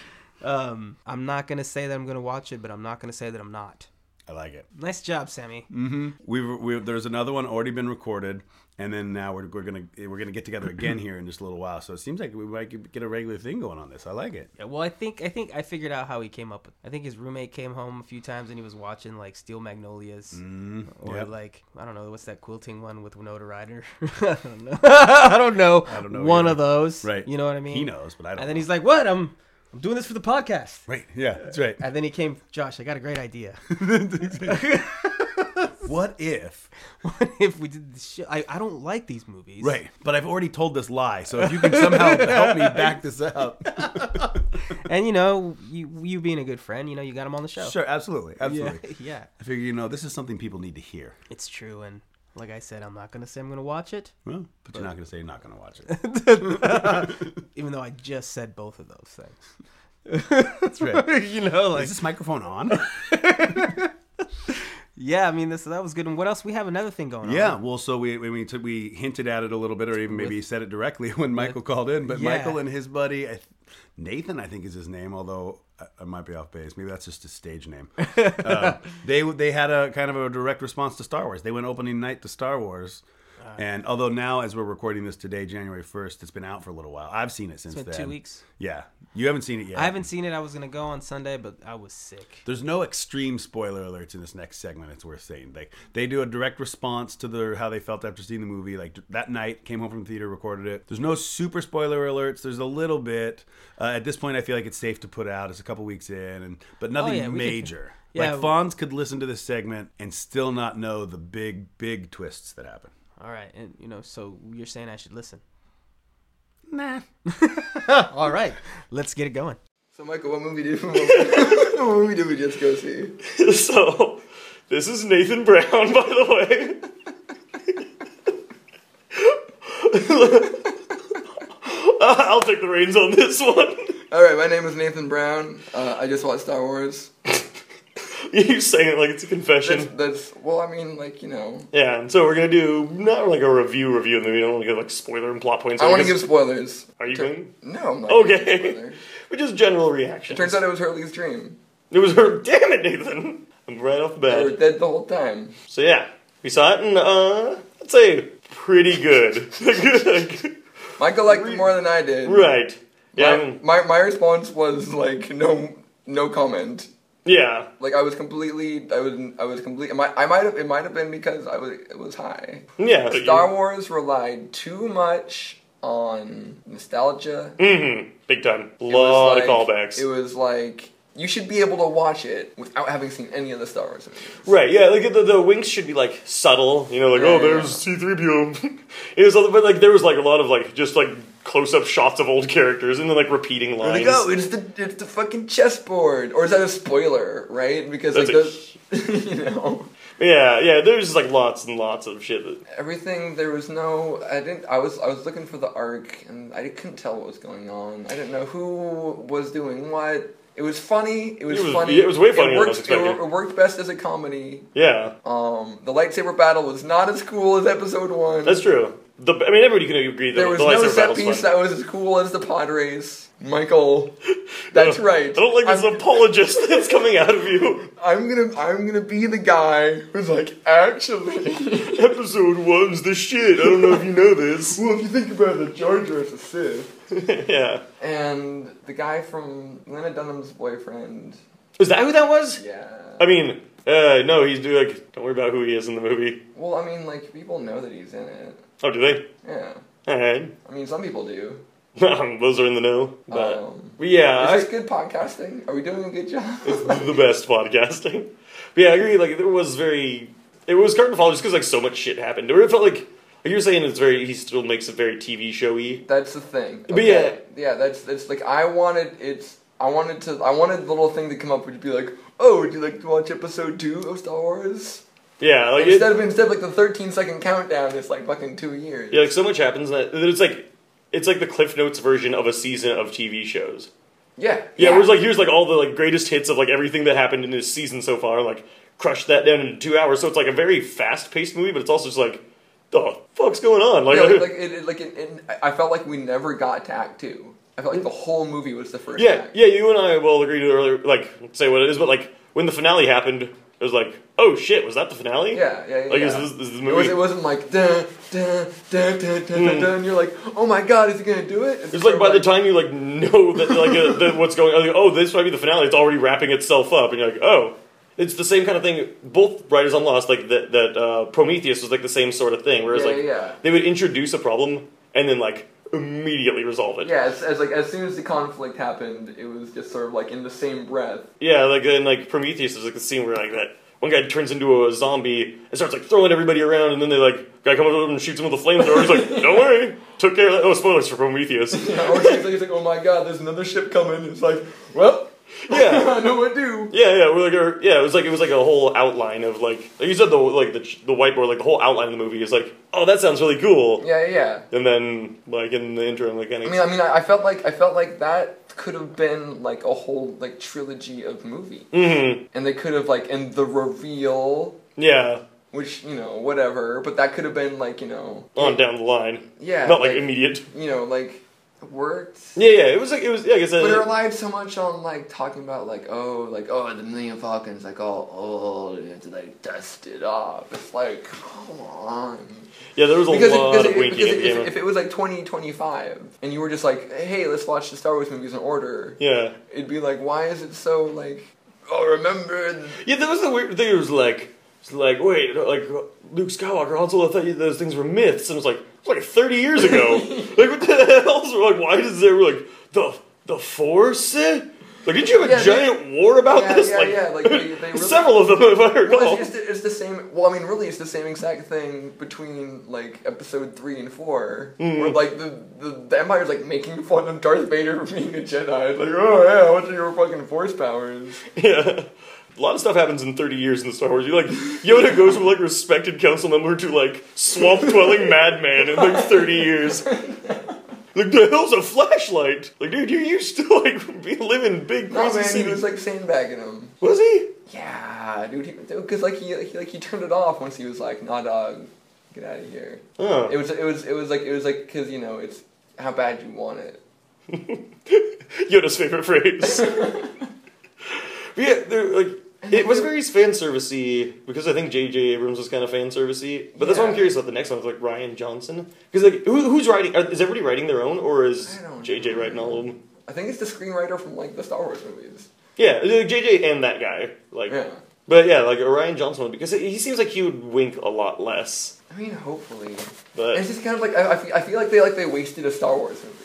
[SPEAKER 2] um, I'm not gonna say that I'm gonna watch it, but I'm not gonna say that I'm not.
[SPEAKER 3] I like it.
[SPEAKER 2] Nice job, Sammy.
[SPEAKER 3] Mm. We've, we there's another one already been recorded, and then now we're, we're gonna we're gonna get together again here in just a little while. So it seems like we might get a regular thing going on this. I like it.
[SPEAKER 2] Yeah, well, I think I think I figured out how he came up with. I think his roommate came home a few times and he was watching like Steel Magnolias or
[SPEAKER 3] Mm, yep.
[SPEAKER 2] like I don't know what's that quilting one with Winona Ryder. I don't know. I don't know. I
[SPEAKER 3] don't know
[SPEAKER 2] One
[SPEAKER 3] either.
[SPEAKER 2] of those.
[SPEAKER 3] Right.
[SPEAKER 2] You know what I mean?
[SPEAKER 3] He knows, but I don't.
[SPEAKER 2] And then
[SPEAKER 3] know.
[SPEAKER 2] he's like, "What? I'm I'm doing this for the podcast."
[SPEAKER 3] right. Yeah. That's right.
[SPEAKER 2] And then he came, Josh. I got a great idea.
[SPEAKER 3] What if?
[SPEAKER 2] what if we did this shit? I I don't like these movies.
[SPEAKER 3] Right. But I've already told this lie, so if you can somehow help me back this up.
[SPEAKER 2] And you know, you you being a good friend, you know, you got him on the show.
[SPEAKER 3] Sure. Absolutely.
[SPEAKER 2] Yeah.
[SPEAKER 3] Absolutely.
[SPEAKER 2] yeah.
[SPEAKER 3] I figure you know this is something people need to hear.
[SPEAKER 2] It's true. And like I said, I'm not gonna say I'm gonna watch it.
[SPEAKER 3] Well, but you're not gonna say you're not gonna watch it.
[SPEAKER 2] even though I just said both of those things.
[SPEAKER 3] That's right.
[SPEAKER 2] you know,
[SPEAKER 3] Is this microphone on?
[SPEAKER 2] yeah. I mean, this that was good. And what else? We have another thing going on.
[SPEAKER 3] Yeah, well, so we we we, took, we hinted at it a little bit, or even maybe said it directly when Michael called in. But
[SPEAKER 2] Yeah.
[SPEAKER 3] Michael and his buddy I th- Nathan, I think is his name, although I, I might be off base. Maybe that's just his stage name. uh, they they had a kind of a direct response to Star Wars. They went opening night to Star Wars.
[SPEAKER 2] Ah.
[SPEAKER 3] And although now, as we're recording this today, January first, it's been out for a little while. I've seen it since
[SPEAKER 2] It's been
[SPEAKER 3] then.
[SPEAKER 2] two weeks.
[SPEAKER 3] Yeah, you haven't seen it yet.
[SPEAKER 2] I haven't seen it. I was gonna go on Sunday, but I was sick.
[SPEAKER 3] There's no extreme spoiler alerts in this next segment. It's worth saying. Like they do a direct response to their how they felt after seeing the movie. Like that night, came home from the theater, recorded it. There's no super spoiler alerts. There's a little bit. Uh, at this point, I feel like it's safe to put out. It's a couple weeks in, and but nothing
[SPEAKER 2] Oh, yeah, we could-
[SPEAKER 3] major.
[SPEAKER 2] Yeah,
[SPEAKER 3] like
[SPEAKER 2] w-
[SPEAKER 3] Fonz could listen to this segment and still not know the big big twists that happen.
[SPEAKER 2] All right, and you know, so you're saying I should listen.
[SPEAKER 3] Nah.
[SPEAKER 2] All right, let's get it going.
[SPEAKER 9] So, Michael, what movie did what movie did we just go see?
[SPEAKER 4] so, this is Nathan Brown, by the way. I'll take the reins on this one.
[SPEAKER 9] All right, my name is Nathan Brown. Uh, I just watched Star Wars.
[SPEAKER 4] you saying it like it's
[SPEAKER 9] That's,
[SPEAKER 4] a confession.
[SPEAKER 9] that's well, I mean, like you know,
[SPEAKER 4] Yeah, and so we're gonna do not like a review review, and then we don't want to give like spoiler and plot points.
[SPEAKER 9] I want to
[SPEAKER 4] guess-
[SPEAKER 9] give spoilers.
[SPEAKER 4] Are you going?
[SPEAKER 9] No, I'm not. gonna give
[SPEAKER 4] Okay.
[SPEAKER 9] spoilers.
[SPEAKER 4] but just general reaction.
[SPEAKER 9] Turns out it was Hurley's dream.
[SPEAKER 4] It was her. Damn it, Nathan! I'm right off the
[SPEAKER 9] They
[SPEAKER 4] bat.
[SPEAKER 9] were dead the whole time.
[SPEAKER 4] So yeah, we saw it, and uh, I'd say pretty good.
[SPEAKER 9] Michael liked it more than I did.
[SPEAKER 4] right? Yeah, I
[SPEAKER 9] My,
[SPEAKER 4] mean,
[SPEAKER 9] my my response was like no no comment.
[SPEAKER 4] yeah.
[SPEAKER 9] Like I was completely I was I was complete. I might I might have it might have been because I was it was high.
[SPEAKER 4] Yeah, so
[SPEAKER 9] Star
[SPEAKER 4] you-
[SPEAKER 9] Wars relied too much on nostalgia.
[SPEAKER 4] big time.
[SPEAKER 9] It was
[SPEAKER 4] Lot of
[SPEAKER 9] like-
[SPEAKER 4] callbacks.
[SPEAKER 9] It was like you should be able to watch it without having seen any of the Star Wars movies.
[SPEAKER 4] Right, yeah, like the, the winks should be like subtle, you know, like oh,
[SPEAKER 9] Yeah,
[SPEAKER 4] there's C-3PO. it was, other- but like there was like a lot of like just like close-up shots of old characters and then like repeating
[SPEAKER 9] There
[SPEAKER 4] lines.
[SPEAKER 9] you go. It's the it's the fucking chessboard, or is that a spoiler? Right? Because
[SPEAKER 4] That's
[SPEAKER 9] like
[SPEAKER 4] a
[SPEAKER 9] those, you know,
[SPEAKER 4] Yeah, yeah. There's like lots and lots of shit. That,
[SPEAKER 5] Everything there was no. I didn't. I was. I was looking for the arc, and I couldn't tell what was going on. um, I didn't know who was doing what. It was funny. It was,
[SPEAKER 4] It was-
[SPEAKER 5] funny.
[SPEAKER 4] it was way funnier than I
[SPEAKER 5] worked,
[SPEAKER 4] was expecting.
[SPEAKER 5] It, wor- it worked best as a comedy.
[SPEAKER 4] yeah,
[SPEAKER 5] Um, the lightsaber battle was not as cool as episode one.
[SPEAKER 4] that's true. The I mean, everybody can agree. The,
[SPEAKER 5] there was
[SPEAKER 4] the
[SPEAKER 5] no
[SPEAKER 4] lightsaber
[SPEAKER 5] set
[SPEAKER 4] battle's
[SPEAKER 5] piece
[SPEAKER 4] fun.
[SPEAKER 5] that was as cool as the Padres. Michael, that's right.
[SPEAKER 4] I don't like this
[SPEAKER 5] I'm-
[SPEAKER 4] apologist that's coming out of you.
[SPEAKER 5] I'm gonna I'm gonna be the guy who's like, actually,
[SPEAKER 4] Episode one's the shit. I don't know if you know this.
[SPEAKER 5] well, if you think about it, Jar Jar's a Sith,
[SPEAKER 4] yeah.
[SPEAKER 5] and the guy from Lena Dunham's boyfriend.
[SPEAKER 4] Is that who that was?
[SPEAKER 5] Yeah.
[SPEAKER 4] I mean, uh, no, he's do like. Don't worry about who he is in the movie.
[SPEAKER 5] Well, I mean, like people know that he's in it.
[SPEAKER 4] Oh, do they?
[SPEAKER 5] Yeah.
[SPEAKER 4] All right.
[SPEAKER 5] I mean, some people do.
[SPEAKER 4] Those are in the know. But,
[SPEAKER 5] Um,
[SPEAKER 4] but yeah, I-
[SPEAKER 5] Is this good podcasting? Are we doing a good job?
[SPEAKER 4] the best podcasting. But yeah, I agree. Like there was very, it was hard to follow just because like so much shit happened. Or it felt like, like you were saying, it's very. He still makes it very TV showy.
[SPEAKER 5] That's the thing.
[SPEAKER 4] But yeah.
[SPEAKER 5] yeah, that's that's like I wanted it's I wanted to I wanted the little thing to come up would be like, oh, would you like to watch episode two of Star Wars?
[SPEAKER 4] Yeah, like it,
[SPEAKER 5] Instead of instead of like the thirteen second countdown, it's like fucking two years.
[SPEAKER 4] yeah, like so much happens that that it's like, it's like the Cliff Notes version of a season of TV shows.
[SPEAKER 5] Yeah.
[SPEAKER 4] Yeah, whereas like here's like all the like greatest hits of like everything that happened in this season so far, like crushed that down into two hours. So it's like a very fast paced movie, but it's also just like, the fuck's going on? Like,
[SPEAKER 5] Yeah,
[SPEAKER 4] yeah,
[SPEAKER 5] like, like, it, it- like it, it- I felt like we never got to Act Two. I felt like the whole movie was the first.
[SPEAKER 4] yeah,
[SPEAKER 5] act.
[SPEAKER 4] yeah, you and I will agree to earlier, like say what it is, but like when the finale happened, it was like, oh shit, was that the finale?
[SPEAKER 5] yeah, yeah, yeah.
[SPEAKER 4] Like is
[SPEAKER 5] yeah.
[SPEAKER 4] this, is this the
[SPEAKER 5] It, was,
[SPEAKER 4] movie?
[SPEAKER 5] it wasn't like dun dun dun dun dun dun. dun. You're like, oh my god, is he gonna do it?
[SPEAKER 4] it's like by the time you like know that like uh, that what's going on, like, oh this might be the finale. It's already wrapping itself up, and you're like, oh, it's the same kind of thing. Both writers on Lost like that that uh, Prometheus was like the same sort of thing, whereas
[SPEAKER 5] Yeah,
[SPEAKER 4] like
[SPEAKER 5] yeah.
[SPEAKER 4] they would introduce a problem and then like immediately resolve it.
[SPEAKER 5] Yeah, as, as like as soon as the conflict happened, it was just sort of like in the same breath.
[SPEAKER 4] Yeah, like in like Prometheus, there's like the scene where like that one guy turns into a zombie and starts like throwing everybody around, and then they like guy comes over and shoots him with a flamethrower. He's like, "Don't worry, took care of that." Oh, spoilers for Prometheus.
[SPEAKER 5] Or he's like, he's like, oh my god, there's another ship coming. It's like, well,
[SPEAKER 4] yeah,
[SPEAKER 5] I know what to do.
[SPEAKER 4] yeah, yeah. We're like, er, yeah, it was like it was like a whole outline of like, like you said the like the the whiteboard, like the whole outline of the movie is like, oh, that sounds really cool.
[SPEAKER 5] Yeah, yeah.
[SPEAKER 4] And then like in the interim, like kind
[SPEAKER 5] I mean, I mean, I I felt like I felt like that could have been like a whole like trilogy of movie,
[SPEAKER 4] mm-hmm.
[SPEAKER 5] and they could have like and the reveal,
[SPEAKER 4] yeah,
[SPEAKER 5] which you know whatever, but that could have been like you know
[SPEAKER 4] on down the line,
[SPEAKER 5] yeah,
[SPEAKER 4] not like, immediate.
[SPEAKER 5] you know like worked.
[SPEAKER 4] Yeah, yeah. It was like it was. Yeah, like I uh, said,
[SPEAKER 5] But it relied so much on like talking about like oh like oh the Millennium Falcon's like all old and you have to like dust it off. It's like come on.
[SPEAKER 4] yeah. There was a
[SPEAKER 5] Because, it,
[SPEAKER 4] lot
[SPEAKER 5] because,
[SPEAKER 4] of
[SPEAKER 5] it,
[SPEAKER 4] winking
[SPEAKER 5] because
[SPEAKER 4] at
[SPEAKER 5] it,
[SPEAKER 4] the
[SPEAKER 5] if,
[SPEAKER 4] end.
[SPEAKER 5] if it was like 2025 and you were just like, hey, let's watch the Star Wars movies in order,
[SPEAKER 4] yeah.
[SPEAKER 5] it'd be like, why is it so like, oh, remember? th-
[SPEAKER 4] Yeah, that was the weird thing. It was like, it's like wait, like Luke Skywalker, Han Solo thought you- those things were myths, and it was like, it's like thirty years ago. like what the hell's like? Why does there like the the Force? Like, did you have a
[SPEAKER 5] Yeah, they-
[SPEAKER 4] giant war about
[SPEAKER 5] Yeah,
[SPEAKER 4] this?
[SPEAKER 5] yeah,
[SPEAKER 4] like,
[SPEAKER 5] yeah, like, they- they really-
[SPEAKER 4] several of them, if I
[SPEAKER 5] Well,
[SPEAKER 4] recall.
[SPEAKER 5] it's, it's, it's the same. Well, I mean, really, it's the same exact thing between like episode three and four, where like the, the the Empire's like making fun of Darth Vader for being a Jedi. It's like, oh yeah, what's your fucking force powers?
[SPEAKER 4] Yeah. A lot of stuff happens in 30 years in Star Wars. You like Yoda goes from like respected council member to like swamp dwelling madman in like 30 years. Like the hell's a flashlight. Like dude, you used to like be living big crazy
[SPEAKER 5] No Oh, man, he
[SPEAKER 4] cities.
[SPEAKER 5] was like sandbagging him.
[SPEAKER 4] Was he?
[SPEAKER 5] Yeah, dude, because like he, he like he turned it off once he was like, nah, dog, get out of here.
[SPEAKER 4] Oh.
[SPEAKER 5] It was it was it was like it was like because you know it's how bad you want it.
[SPEAKER 4] Yoda's favorite phrase. but yeah, they're, like it was very fan servicey because I think J.J. Abrams was kind of fan servicey. But that's why I'm
[SPEAKER 5] Yeah.
[SPEAKER 4] curious about the next one, like Ryan Johnson, because like who, who's writing? Are, is everybody writing their own, or is
[SPEAKER 5] I don't
[SPEAKER 4] J.J.
[SPEAKER 5] know.
[SPEAKER 4] writing all of them?
[SPEAKER 5] I think it's the screenwriter from like the Star Wars movies.
[SPEAKER 4] Yeah, like, J.J. and that guy, like.
[SPEAKER 5] Yeah.
[SPEAKER 4] But yeah, like Ryan Johnson, because he seems like he would wink a lot less.
[SPEAKER 5] I mean, hopefully.
[SPEAKER 4] But
[SPEAKER 5] It's just kind of like I, I, feel, I feel like they like they wasted a Star Wars movie.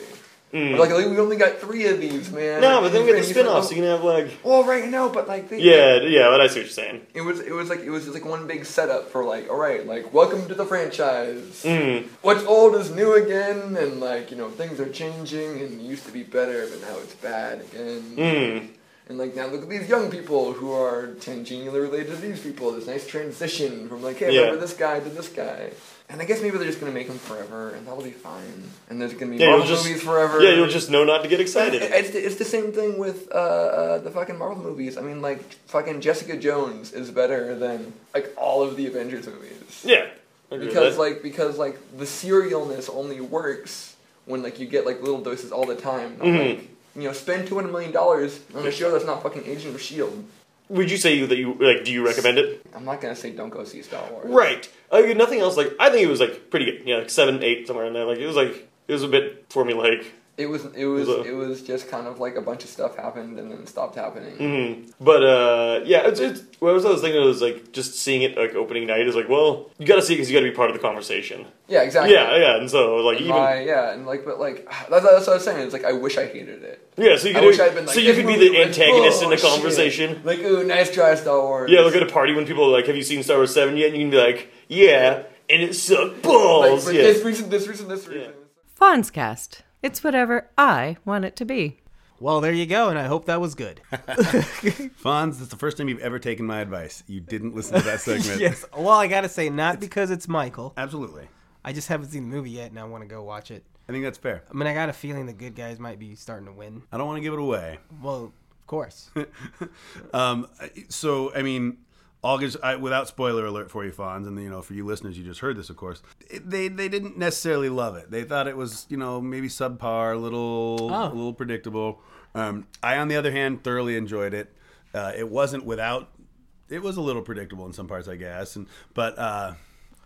[SPEAKER 4] Mm.
[SPEAKER 5] Like we only got three of these, man.
[SPEAKER 4] no, but then we
[SPEAKER 5] And
[SPEAKER 4] get the
[SPEAKER 5] you-
[SPEAKER 4] spin-offs. You can have like
[SPEAKER 5] Well, right now, but like they,
[SPEAKER 4] yeah, yeah. But I see what you're saying.
[SPEAKER 5] it was it was like it was just like one big setup for like all right, like welcome to the franchise.
[SPEAKER 4] Mm.
[SPEAKER 5] what's old is new again, and like you know things are changing, and it used to be better, but now it's bad again.
[SPEAKER 4] Mm.
[SPEAKER 5] And like now look at these young people who are tangentially related to these people. This nice transition from like, hey,
[SPEAKER 4] Yeah.
[SPEAKER 5] remember this guy to this guy. And I guess maybe they're just gonna make them forever, and that'll be fine. And there's gonna be
[SPEAKER 4] Yeah, you'll
[SPEAKER 5] Marvel
[SPEAKER 4] just
[SPEAKER 5] movies forever.
[SPEAKER 4] yeah, you'll just know not to get
[SPEAKER 5] It-
[SPEAKER 4] excited.
[SPEAKER 5] It's the, it's the same thing with uh, uh, the fucking Marvel movies. I mean, like fucking Jessica Jones is better than like all of the Avengers movies
[SPEAKER 4] Yeah, I agree with
[SPEAKER 5] because
[SPEAKER 4] that.
[SPEAKER 5] like because like the serialness only works when like you get like little doses all the time. Not,
[SPEAKER 4] Mhm.
[SPEAKER 5] like, you know, spend two hundred million dollars on a show that's not fucking Agent of Shield.
[SPEAKER 4] would you say that you like? Do you recommend it?
[SPEAKER 5] I'm not gonna say don't go see Star Wars.
[SPEAKER 4] Right. I mean, nothing else. Like I think it was like pretty good. Yeah, like seven, eight, somewhere in there. Like it was like it was a bit formulaic.
[SPEAKER 5] It was it was
[SPEAKER 4] Although-
[SPEAKER 5] it was just kind of like a bunch of stuff happened and then stopped happening.
[SPEAKER 4] Mhm. But uh, yeah, it's, it's what I was, I was thinking was like just seeing it like opening night is like well you got to see it because you got to be part of the conversation.
[SPEAKER 5] Yeah, exactly.
[SPEAKER 4] Yeah, yeah, and so like even
[SPEAKER 5] My, yeah, and like, but like, that's, that's what I was saying. It's like I wish I hated it.
[SPEAKER 4] yeah, so you
[SPEAKER 5] I
[SPEAKER 4] could
[SPEAKER 5] wish I'd been like,
[SPEAKER 4] so you
[SPEAKER 5] "This
[SPEAKER 4] could be
[SPEAKER 5] movie
[SPEAKER 4] the
[SPEAKER 5] was
[SPEAKER 4] antagonist in the
[SPEAKER 5] bullshit."
[SPEAKER 4] conversation.
[SPEAKER 5] Like, ooh, nice try, Star Wars.
[SPEAKER 4] Yeah, look at a party when people are like, "Have you seen Star Wars Seven yet?" And you can be like, "Yeah," and it sucked
[SPEAKER 5] like,
[SPEAKER 4] balls.
[SPEAKER 5] for
[SPEAKER 4] yeah.
[SPEAKER 5] this reason, this reason, this reason.
[SPEAKER 6] Fonzcast. It's whatever I want it to be.
[SPEAKER 10] Well, there you go, and I hope that was good.
[SPEAKER 3] Fonz, that's the first time you've ever taken my advice. You didn't listen to that segment.
[SPEAKER 10] yes. Well, I gotta say, not because it's Michael.
[SPEAKER 3] Absolutely.
[SPEAKER 10] I just haven't seen the movie yet, and I want to go watch it.
[SPEAKER 3] I think that's fair.
[SPEAKER 10] I mean, I got a feeling the good guys might be starting to win.
[SPEAKER 3] I don't want to give it away.
[SPEAKER 10] Well, of course.
[SPEAKER 3] Um, so I mean, August. I, without spoiler alert for you, Fonz, and you know, for you listeners, you just heard this, of course. it- They they didn't necessarily love it. They thought it was you know maybe subpar, a little
[SPEAKER 10] Oh.
[SPEAKER 3] a little predictable. Um, I, on the other hand, thoroughly enjoyed it. Uh, it wasn't without. It was a little predictable in some parts, I guess, and but uh,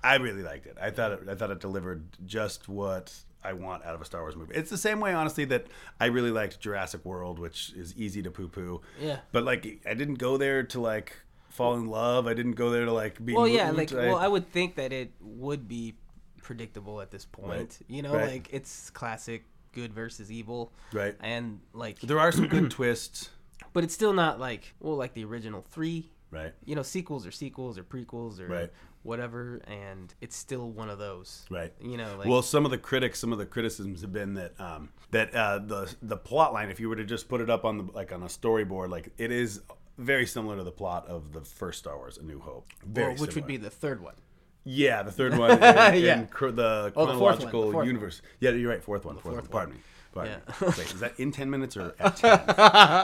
[SPEAKER 3] I really liked it. I thought it, I thought it delivered just what I want out of a Star Wars movie. It's the same way, honestly, that I really liked Jurassic World, which is easy to poo poo.
[SPEAKER 10] Yeah.
[SPEAKER 3] But like, I didn't go there to like fall in love. I didn't go there to like be.
[SPEAKER 10] well, yeah. Like,
[SPEAKER 3] moved.
[SPEAKER 10] well, I would think that it would be predictable at this point.
[SPEAKER 3] Right.
[SPEAKER 10] You know,
[SPEAKER 3] Right.
[SPEAKER 10] like it's classic good versus evil,
[SPEAKER 3] right.
[SPEAKER 10] and like,
[SPEAKER 3] There are some good twists.
[SPEAKER 10] but it's still not like well, like the original three.
[SPEAKER 3] Right.
[SPEAKER 10] You know, sequels or sequels or prequels or
[SPEAKER 3] Right.
[SPEAKER 10] whatever, and it's still one of those.
[SPEAKER 3] Right.
[SPEAKER 10] You know, like
[SPEAKER 3] well, some of the critics, some of the criticisms have been that um, that uh, the the plot line, if you were to just put it up on the like on a storyboard, like it is very similar to the plot of the first Star Wars: A New Hope. Very
[SPEAKER 10] Well, which
[SPEAKER 3] similar.
[SPEAKER 10] would be the third one.
[SPEAKER 3] Yeah, the third one in, yeah.
[SPEAKER 10] Yeah.
[SPEAKER 3] in cr- the
[SPEAKER 10] Oh, the fourth one, the
[SPEAKER 3] chronological
[SPEAKER 10] fourth one.
[SPEAKER 3] universe. Yeah, you're right. Fourth one. fourth,
[SPEAKER 10] fourth
[SPEAKER 3] one. Pardon me. Pardon
[SPEAKER 10] Yeah.
[SPEAKER 3] me. Wait, is that in ten minutes or at ten?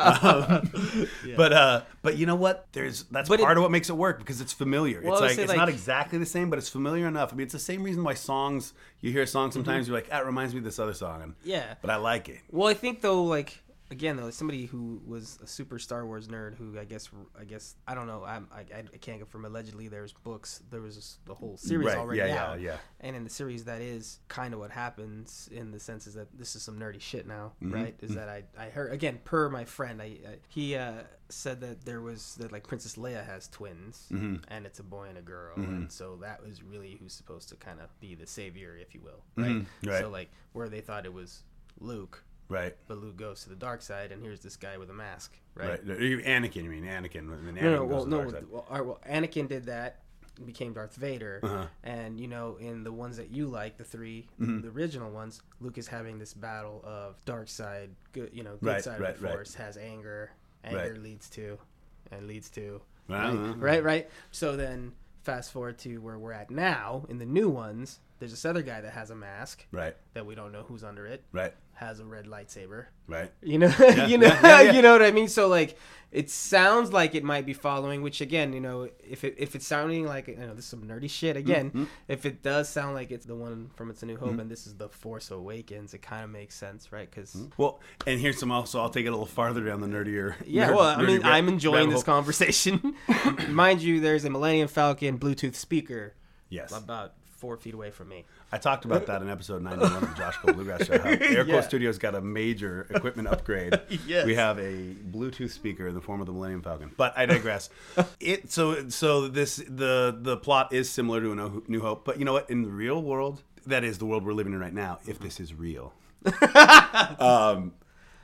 [SPEAKER 3] Um, But uh, but you know what? There's that's
[SPEAKER 10] But it-
[SPEAKER 3] part of what makes it work because it's familiar.
[SPEAKER 10] Well,
[SPEAKER 3] it's
[SPEAKER 10] I would
[SPEAKER 3] like
[SPEAKER 10] say,
[SPEAKER 3] it's not
[SPEAKER 10] like-
[SPEAKER 3] exactly the same, but it's familiar enough. I mean, it's the same reason why songs you hear a song sometimes you're like, ah, it reminds me of this other song, and,
[SPEAKER 10] Mm-hmm. Yeah.
[SPEAKER 3] but I like it.
[SPEAKER 10] Well, I think though, like again though, as somebody who was a super Star Wars nerd, who I guess I guess I don't know, I'm, I I can't go from allegedly there's books, there was the whole series
[SPEAKER 3] Right,
[SPEAKER 10] already
[SPEAKER 3] yeah,
[SPEAKER 10] out,
[SPEAKER 3] yeah, yeah.
[SPEAKER 10] and in the series that is kind of what happens in the sense is that this is some nerdy shit now,
[SPEAKER 3] Mm-hmm,
[SPEAKER 10] right? Is that I I heard again per my friend, I, I he uh, said that there was that like Princess Leia has twins,
[SPEAKER 3] Mm-hmm.
[SPEAKER 10] and it's a boy and a girl, and so that was really who's supposed to kind of be the savior, if you will, right?
[SPEAKER 3] Mm-hmm, right.
[SPEAKER 10] So like where they thought it was Luke
[SPEAKER 3] Right.
[SPEAKER 10] but Luke goes to the dark side, and here's this guy with a mask, right?
[SPEAKER 3] Right. You- Anakin, you mean Anakin? when Anakin
[SPEAKER 10] No, no,
[SPEAKER 3] goes
[SPEAKER 10] well,
[SPEAKER 3] to the
[SPEAKER 10] no,
[SPEAKER 3] dark side.
[SPEAKER 10] well, all right, well, Anakin did that, became Darth Vader,
[SPEAKER 3] Uh-huh.
[SPEAKER 10] and you know, in the ones that you like, the 3
[SPEAKER 3] Mm-hmm.
[SPEAKER 10] the original ones, Luke is having this battle of dark side, good, you know, good
[SPEAKER 3] Right,
[SPEAKER 10] side
[SPEAKER 3] right,
[SPEAKER 10] of the
[SPEAKER 3] right.
[SPEAKER 10] Force has anger, anger
[SPEAKER 3] Right. Mm-hmm.
[SPEAKER 10] leads to, and leads to,
[SPEAKER 3] I don't know.
[SPEAKER 10] right, right. So then, fast forward to where we're at now in the new ones. There's this other guy that has a mask
[SPEAKER 3] Right.
[SPEAKER 10] that we don't know who's under it.
[SPEAKER 3] Right.
[SPEAKER 10] Has a red lightsaber.
[SPEAKER 3] Right.
[SPEAKER 10] You know, you know, you know what I mean. So like, it sounds like it might be following. Which again, you know, if it, if it's sounding like you know this is some nerdy shit again,
[SPEAKER 3] Mm-hmm.
[SPEAKER 10] if it does sound like it's the one from It's a New Hope and this is the Force Awakens, it kind of makes sense, right? Because
[SPEAKER 3] Well, and here's some also. I'll take it a little farther down the nerdier.
[SPEAKER 10] yeah,
[SPEAKER 3] nerd-
[SPEAKER 10] well, I mean,
[SPEAKER 3] nerdy ra-
[SPEAKER 10] I'm enjoying
[SPEAKER 3] rabbit
[SPEAKER 10] this
[SPEAKER 3] hole.
[SPEAKER 10] conversation. Mind you, there's a Millennium Falcon Bluetooth speaker
[SPEAKER 3] Yes,
[SPEAKER 10] about four feet away from me.
[SPEAKER 3] I talked about that in episode 91 of the Josh Cole Bluegrass Show. How Airco
[SPEAKER 10] Yeah.
[SPEAKER 3] Studios got a major equipment upgrade.
[SPEAKER 10] Yes.
[SPEAKER 3] We have a Bluetooth speaker in the form of the Millennium Falcon. But I digress. it so so this the the plot is similar to a No- New Hope, but you know what? In the real world, that is the world we're living in right now. If this is real, um,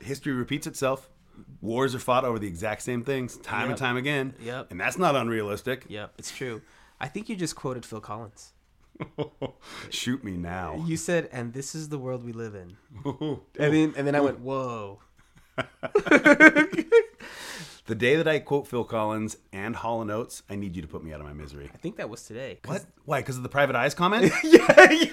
[SPEAKER 3] history repeats itself. Wars are fought over the exact same things time and
[SPEAKER 10] Yep.
[SPEAKER 3] time again.
[SPEAKER 10] Yep.
[SPEAKER 3] And that's not unrealistic.
[SPEAKER 10] Yep, it's true. I think you just quoted Phil Collins.
[SPEAKER 3] Shoot me now.
[SPEAKER 10] You said, "And this is the world we live in." and then, and then I went, "Whoa."
[SPEAKER 3] The day that I quote Phil Collins and Hall and Oates, I need you to put me out of my misery.
[SPEAKER 10] I think that was today.
[SPEAKER 3] What? Why? Because of the private eyes comment?
[SPEAKER 10] Damn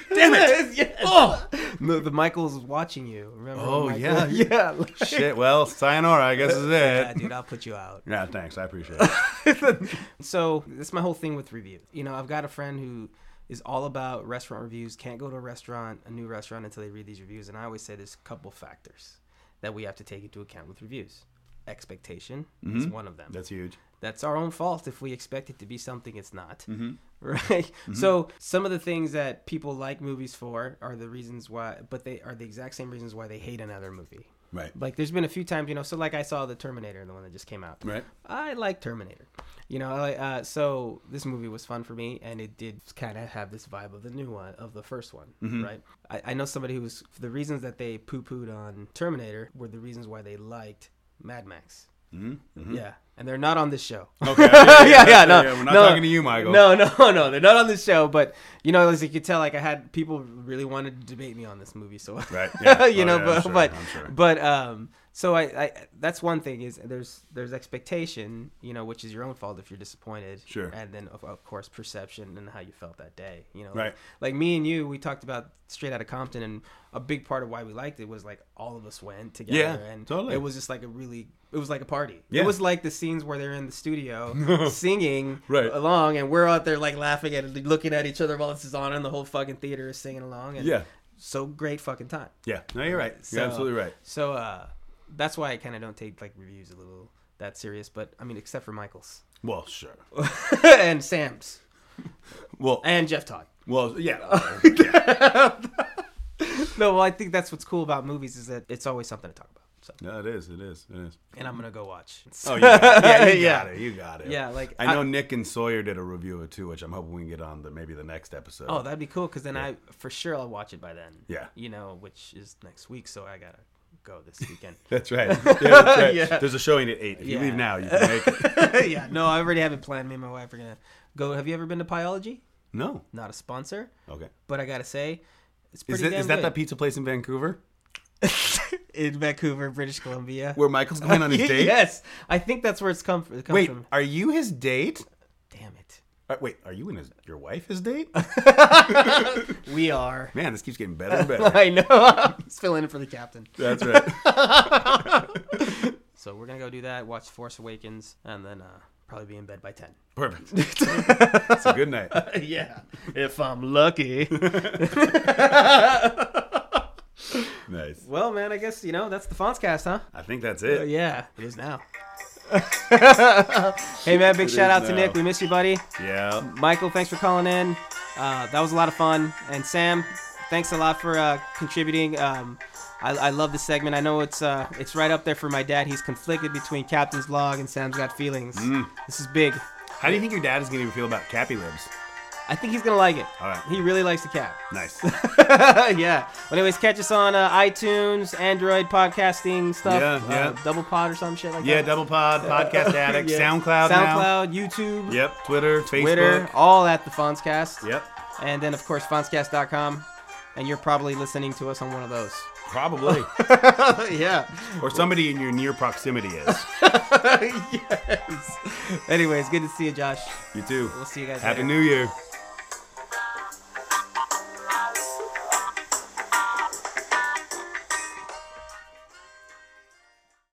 [SPEAKER 10] it! Oh, the, the Michael's watching you. Remember?
[SPEAKER 3] Oh,
[SPEAKER 10] Michael?
[SPEAKER 3] yeah.
[SPEAKER 10] yeah. like-
[SPEAKER 3] Shit. Well, sayonara. I guess is
[SPEAKER 10] yeah,
[SPEAKER 3] it.
[SPEAKER 10] dude, I'll put you out.
[SPEAKER 3] Yeah. Thanks. I appreciate it.
[SPEAKER 10] so that's my whole thing with reviews. You know, I've got a friend who is all about restaurant reviews. Can't go to a restaurant, a new restaurant, until they read these reviews. And I always say there's a couple factors that we have to take into account with reviews. Expectation
[SPEAKER 3] Mm-hmm.
[SPEAKER 10] is one of them.
[SPEAKER 3] That's huge.
[SPEAKER 10] that's our own fault if we expect it to be something it's not right so some of the things that people like movies for are the reasons why but they are the exact same reasons why they hate another movie
[SPEAKER 3] Right.
[SPEAKER 10] like there's been a few times you know so like i saw the terminator the one that just came out
[SPEAKER 3] Right.
[SPEAKER 10] i like terminator you know I, uh, so this movie was fun for me and it did kind of have this vibe of the new one of the first one right I, I know somebody who was the reasons that they poo-pooed on terminator were the reasons why they liked mad max yeah and they're not on this show
[SPEAKER 3] Okay.
[SPEAKER 10] yeah, yeah, no,
[SPEAKER 3] We're not
[SPEAKER 10] no.
[SPEAKER 3] talking to you, Michael.
[SPEAKER 10] No, no, no, they're not on the show. But you know, as you could tell, like I had people really wanted to debate me on this movie, so
[SPEAKER 3] Right, yeah.
[SPEAKER 10] you
[SPEAKER 3] Oh,
[SPEAKER 10] know,
[SPEAKER 3] yeah,
[SPEAKER 10] but
[SPEAKER 3] I'm sure,
[SPEAKER 10] but
[SPEAKER 3] I'm sure.
[SPEAKER 10] but um, so I, I that's one thing is there's there's expectation, you know, which is your own fault if you're disappointed,
[SPEAKER 3] Sure.
[SPEAKER 10] and then of, of course perception and how you felt that day, you know,
[SPEAKER 3] Right.
[SPEAKER 10] Like me and you, we talked about Straight Outta Compton, and a big part of why we liked it was like all of us went together,
[SPEAKER 3] Yeah,
[SPEAKER 10] and
[SPEAKER 3] totally.
[SPEAKER 10] it was just like a really it was like a party.
[SPEAKER 3] Yeah.
[SPEAKER 10] It was like the scenes where they're in the studio singing
[SPEAKER 3] Right.
[SPEAKER 10] along, and we're out there like laughing at it, looking at each other while this is on, and the whole fucking theater is singing along. And
[SPEAKER 3] Yeah.
[SPEAKER 10] so great fucking time.
[SPEAKER 3] Yeah. No, you're right. You're
[SPEAKER 10] So-
[SPEAKER 3] absolutely right.
[SPEAKER 10] So uh, that's why I kind of don't take like reviews a little that serious. But I mean, except for Michaels
[SPEAKER 3] Well, sure.
[SPEAKER 10] and Sam's
[SPEAKER 3] Well,
[SPEAKER 10] and Jeff Todd.
[SPEAKER 3] well, yeah. yeah.
[SPEAKER 10] No, well, I think that's what's cool about movies is that it's always something to talk about. So,
[SPEAKER 3] No, it is. It is. It is.
[SPEAKER 10] and I'm gonna go watch.
[SPEAKER 3] Oh, you got, yeah, you
[SPEAKER 10] Yeah.
[SPEAKER 3] got it. You got it.
[SPEAKER 10] Yeah, like,
[SPEAKER 3] I know
[SPEAKER 10] I-
[SPEAKER 3] Nick and Sawyer did a review of it too, which I'm hoping we can get on the maybe the next episode.
[SPEAKER 10] Oh, that'd be cool because then I for sure I'll watch it by then.
[SPEAKER 3] Yeah.
[SPEAKER 10] You know, which is next week, so I gotta go this weekend.
[SPEAKER 3] that's right. Yeah, that's right.
[SPEAKER 10] Yeah.
[SPEAKER 3] There's a showing at eight. If you
[SPEAKER 10] Yeah.
[SPEAKER 3] leave now, you can make it.
[SPEAKER 10] yeah. No, I already have it planned. Me and my wife are gonna go. Have you ever been to Pyology?
[SPEAKER 3] No.
[SPEAKER 10] Not a sponsor,
[SPEAKER 3] Okay.
[SPEAKER 10] but I gotta say, it's
[SPEAKER 3] Is,
[SPEAKER 10] pretty
[SPEAKER 3] it,
[SPEAKER 10] damn
[SPEAKER 3] is that
[SPEAKER 10] good.
[SPEAKER 3] that pizza place in Vancouver
[SPEAKER 10] in Vancouver, British Columbia?
[SPEAKER 3] where Michael's going on his date?
[SPEAKER 10] yes, I think that's where it's come from. It comes
[SPEAKER 3] Wait,
[SPEAKER 10] from.
[SPEAKER 3] are you his date?
[SPEAKER 10] Damn it,
[SPEAKER 3] Uh, wait, are you and his your wife his date?
[SPEAKER 10] we are.
[SPEAKER 3] Man, this keeps getting better and better.
[SPEAKER 10] I know. I'm just filling in for the captain.
[SPEAKER 3] That's right.
[SPEAKER 10] So we're gonna go do that. Watch Force Awakens, and then uh, probably be in bed by ten.
[SPEAKER 3] Perfect. so good night.
[SPEAKER 10] yeah, if I'm lucky.
[SPEAKER 3] Nice.
[SPEAKER 10] Well, man, I guess you know that's the Fonzcast, huh?
[SPEAKER 3] I think that's it.
[SPEAKER 10] yeah, it is now. hey, man, big shout out to
[SPEAKER 3] now.
[SPEAKER 10] Nick. We miss you, buddy.
[SPEAKER 3] Yeah.
[SPEAKER 10] Michael, thanks for calling in. Uh, that was a lot of fun. And Sam, thanks a lot for uh, contributing. Um, I, I love this segment. I know it's uh, it's right up there for my dad. He's conflicted between Captain's Log and Sam's Got Feelings.
[SPEAKER 3] Mm.
[SPEAKER 10] This is big.
[SPEAKER 3] How do you think your dad is going to feel about Cappy Libs?
[SPEAKER 10] I think he's gonna like it.
[SPEAKER 3] All right.
[SPEAKER 10] He really likes the cat.
[SPEAKER 3] Nice.
[SPEAKER 10] yeah. But anyways, catch us on uh, iTunes, Android podcasting stuff.
[SPEAKER 3] Yeah,
[SPEAKER 10] uh,
[SPEAKER 3] yeah.
[SPEAKER 10] Double Pod or some shit like
[SPEAKER 3] Yeah,
[SPEAKER 10] that.
[SPEAKER 3] Double Pod, Podcast Addict,
[SPEAKER 10] Yeah.
[SPEAKER 3] SoundCloud, now.
[SPEAKER 10] SoundCloud, YouTube,
[SPEAKER 3] Yep, Twitter,
[SPEAKER 10] Twitter,
[SPEAKER 3] Facebook.
[SPEAKER 10] all at the Fonzcast.
[SPEAKER 3] Yep,
[SPEAKER 10] And then of course Fonzcast.com. And you're probably listening to us on one of those.
[SPEAKER 3] probably.
[SPEAKER 10] yeah.
[SPEAKER 3] or somebody in your near proximity is.
[SPEAKER 10] yes. Anyways, good to see you, Josh.
[SPEAKER 3] You too.
[SPEAKER 10] We'll see you guys
[SPEAKER 3] Happy
[SPEAKER 10] later.
[SPEAKER 3] New Year.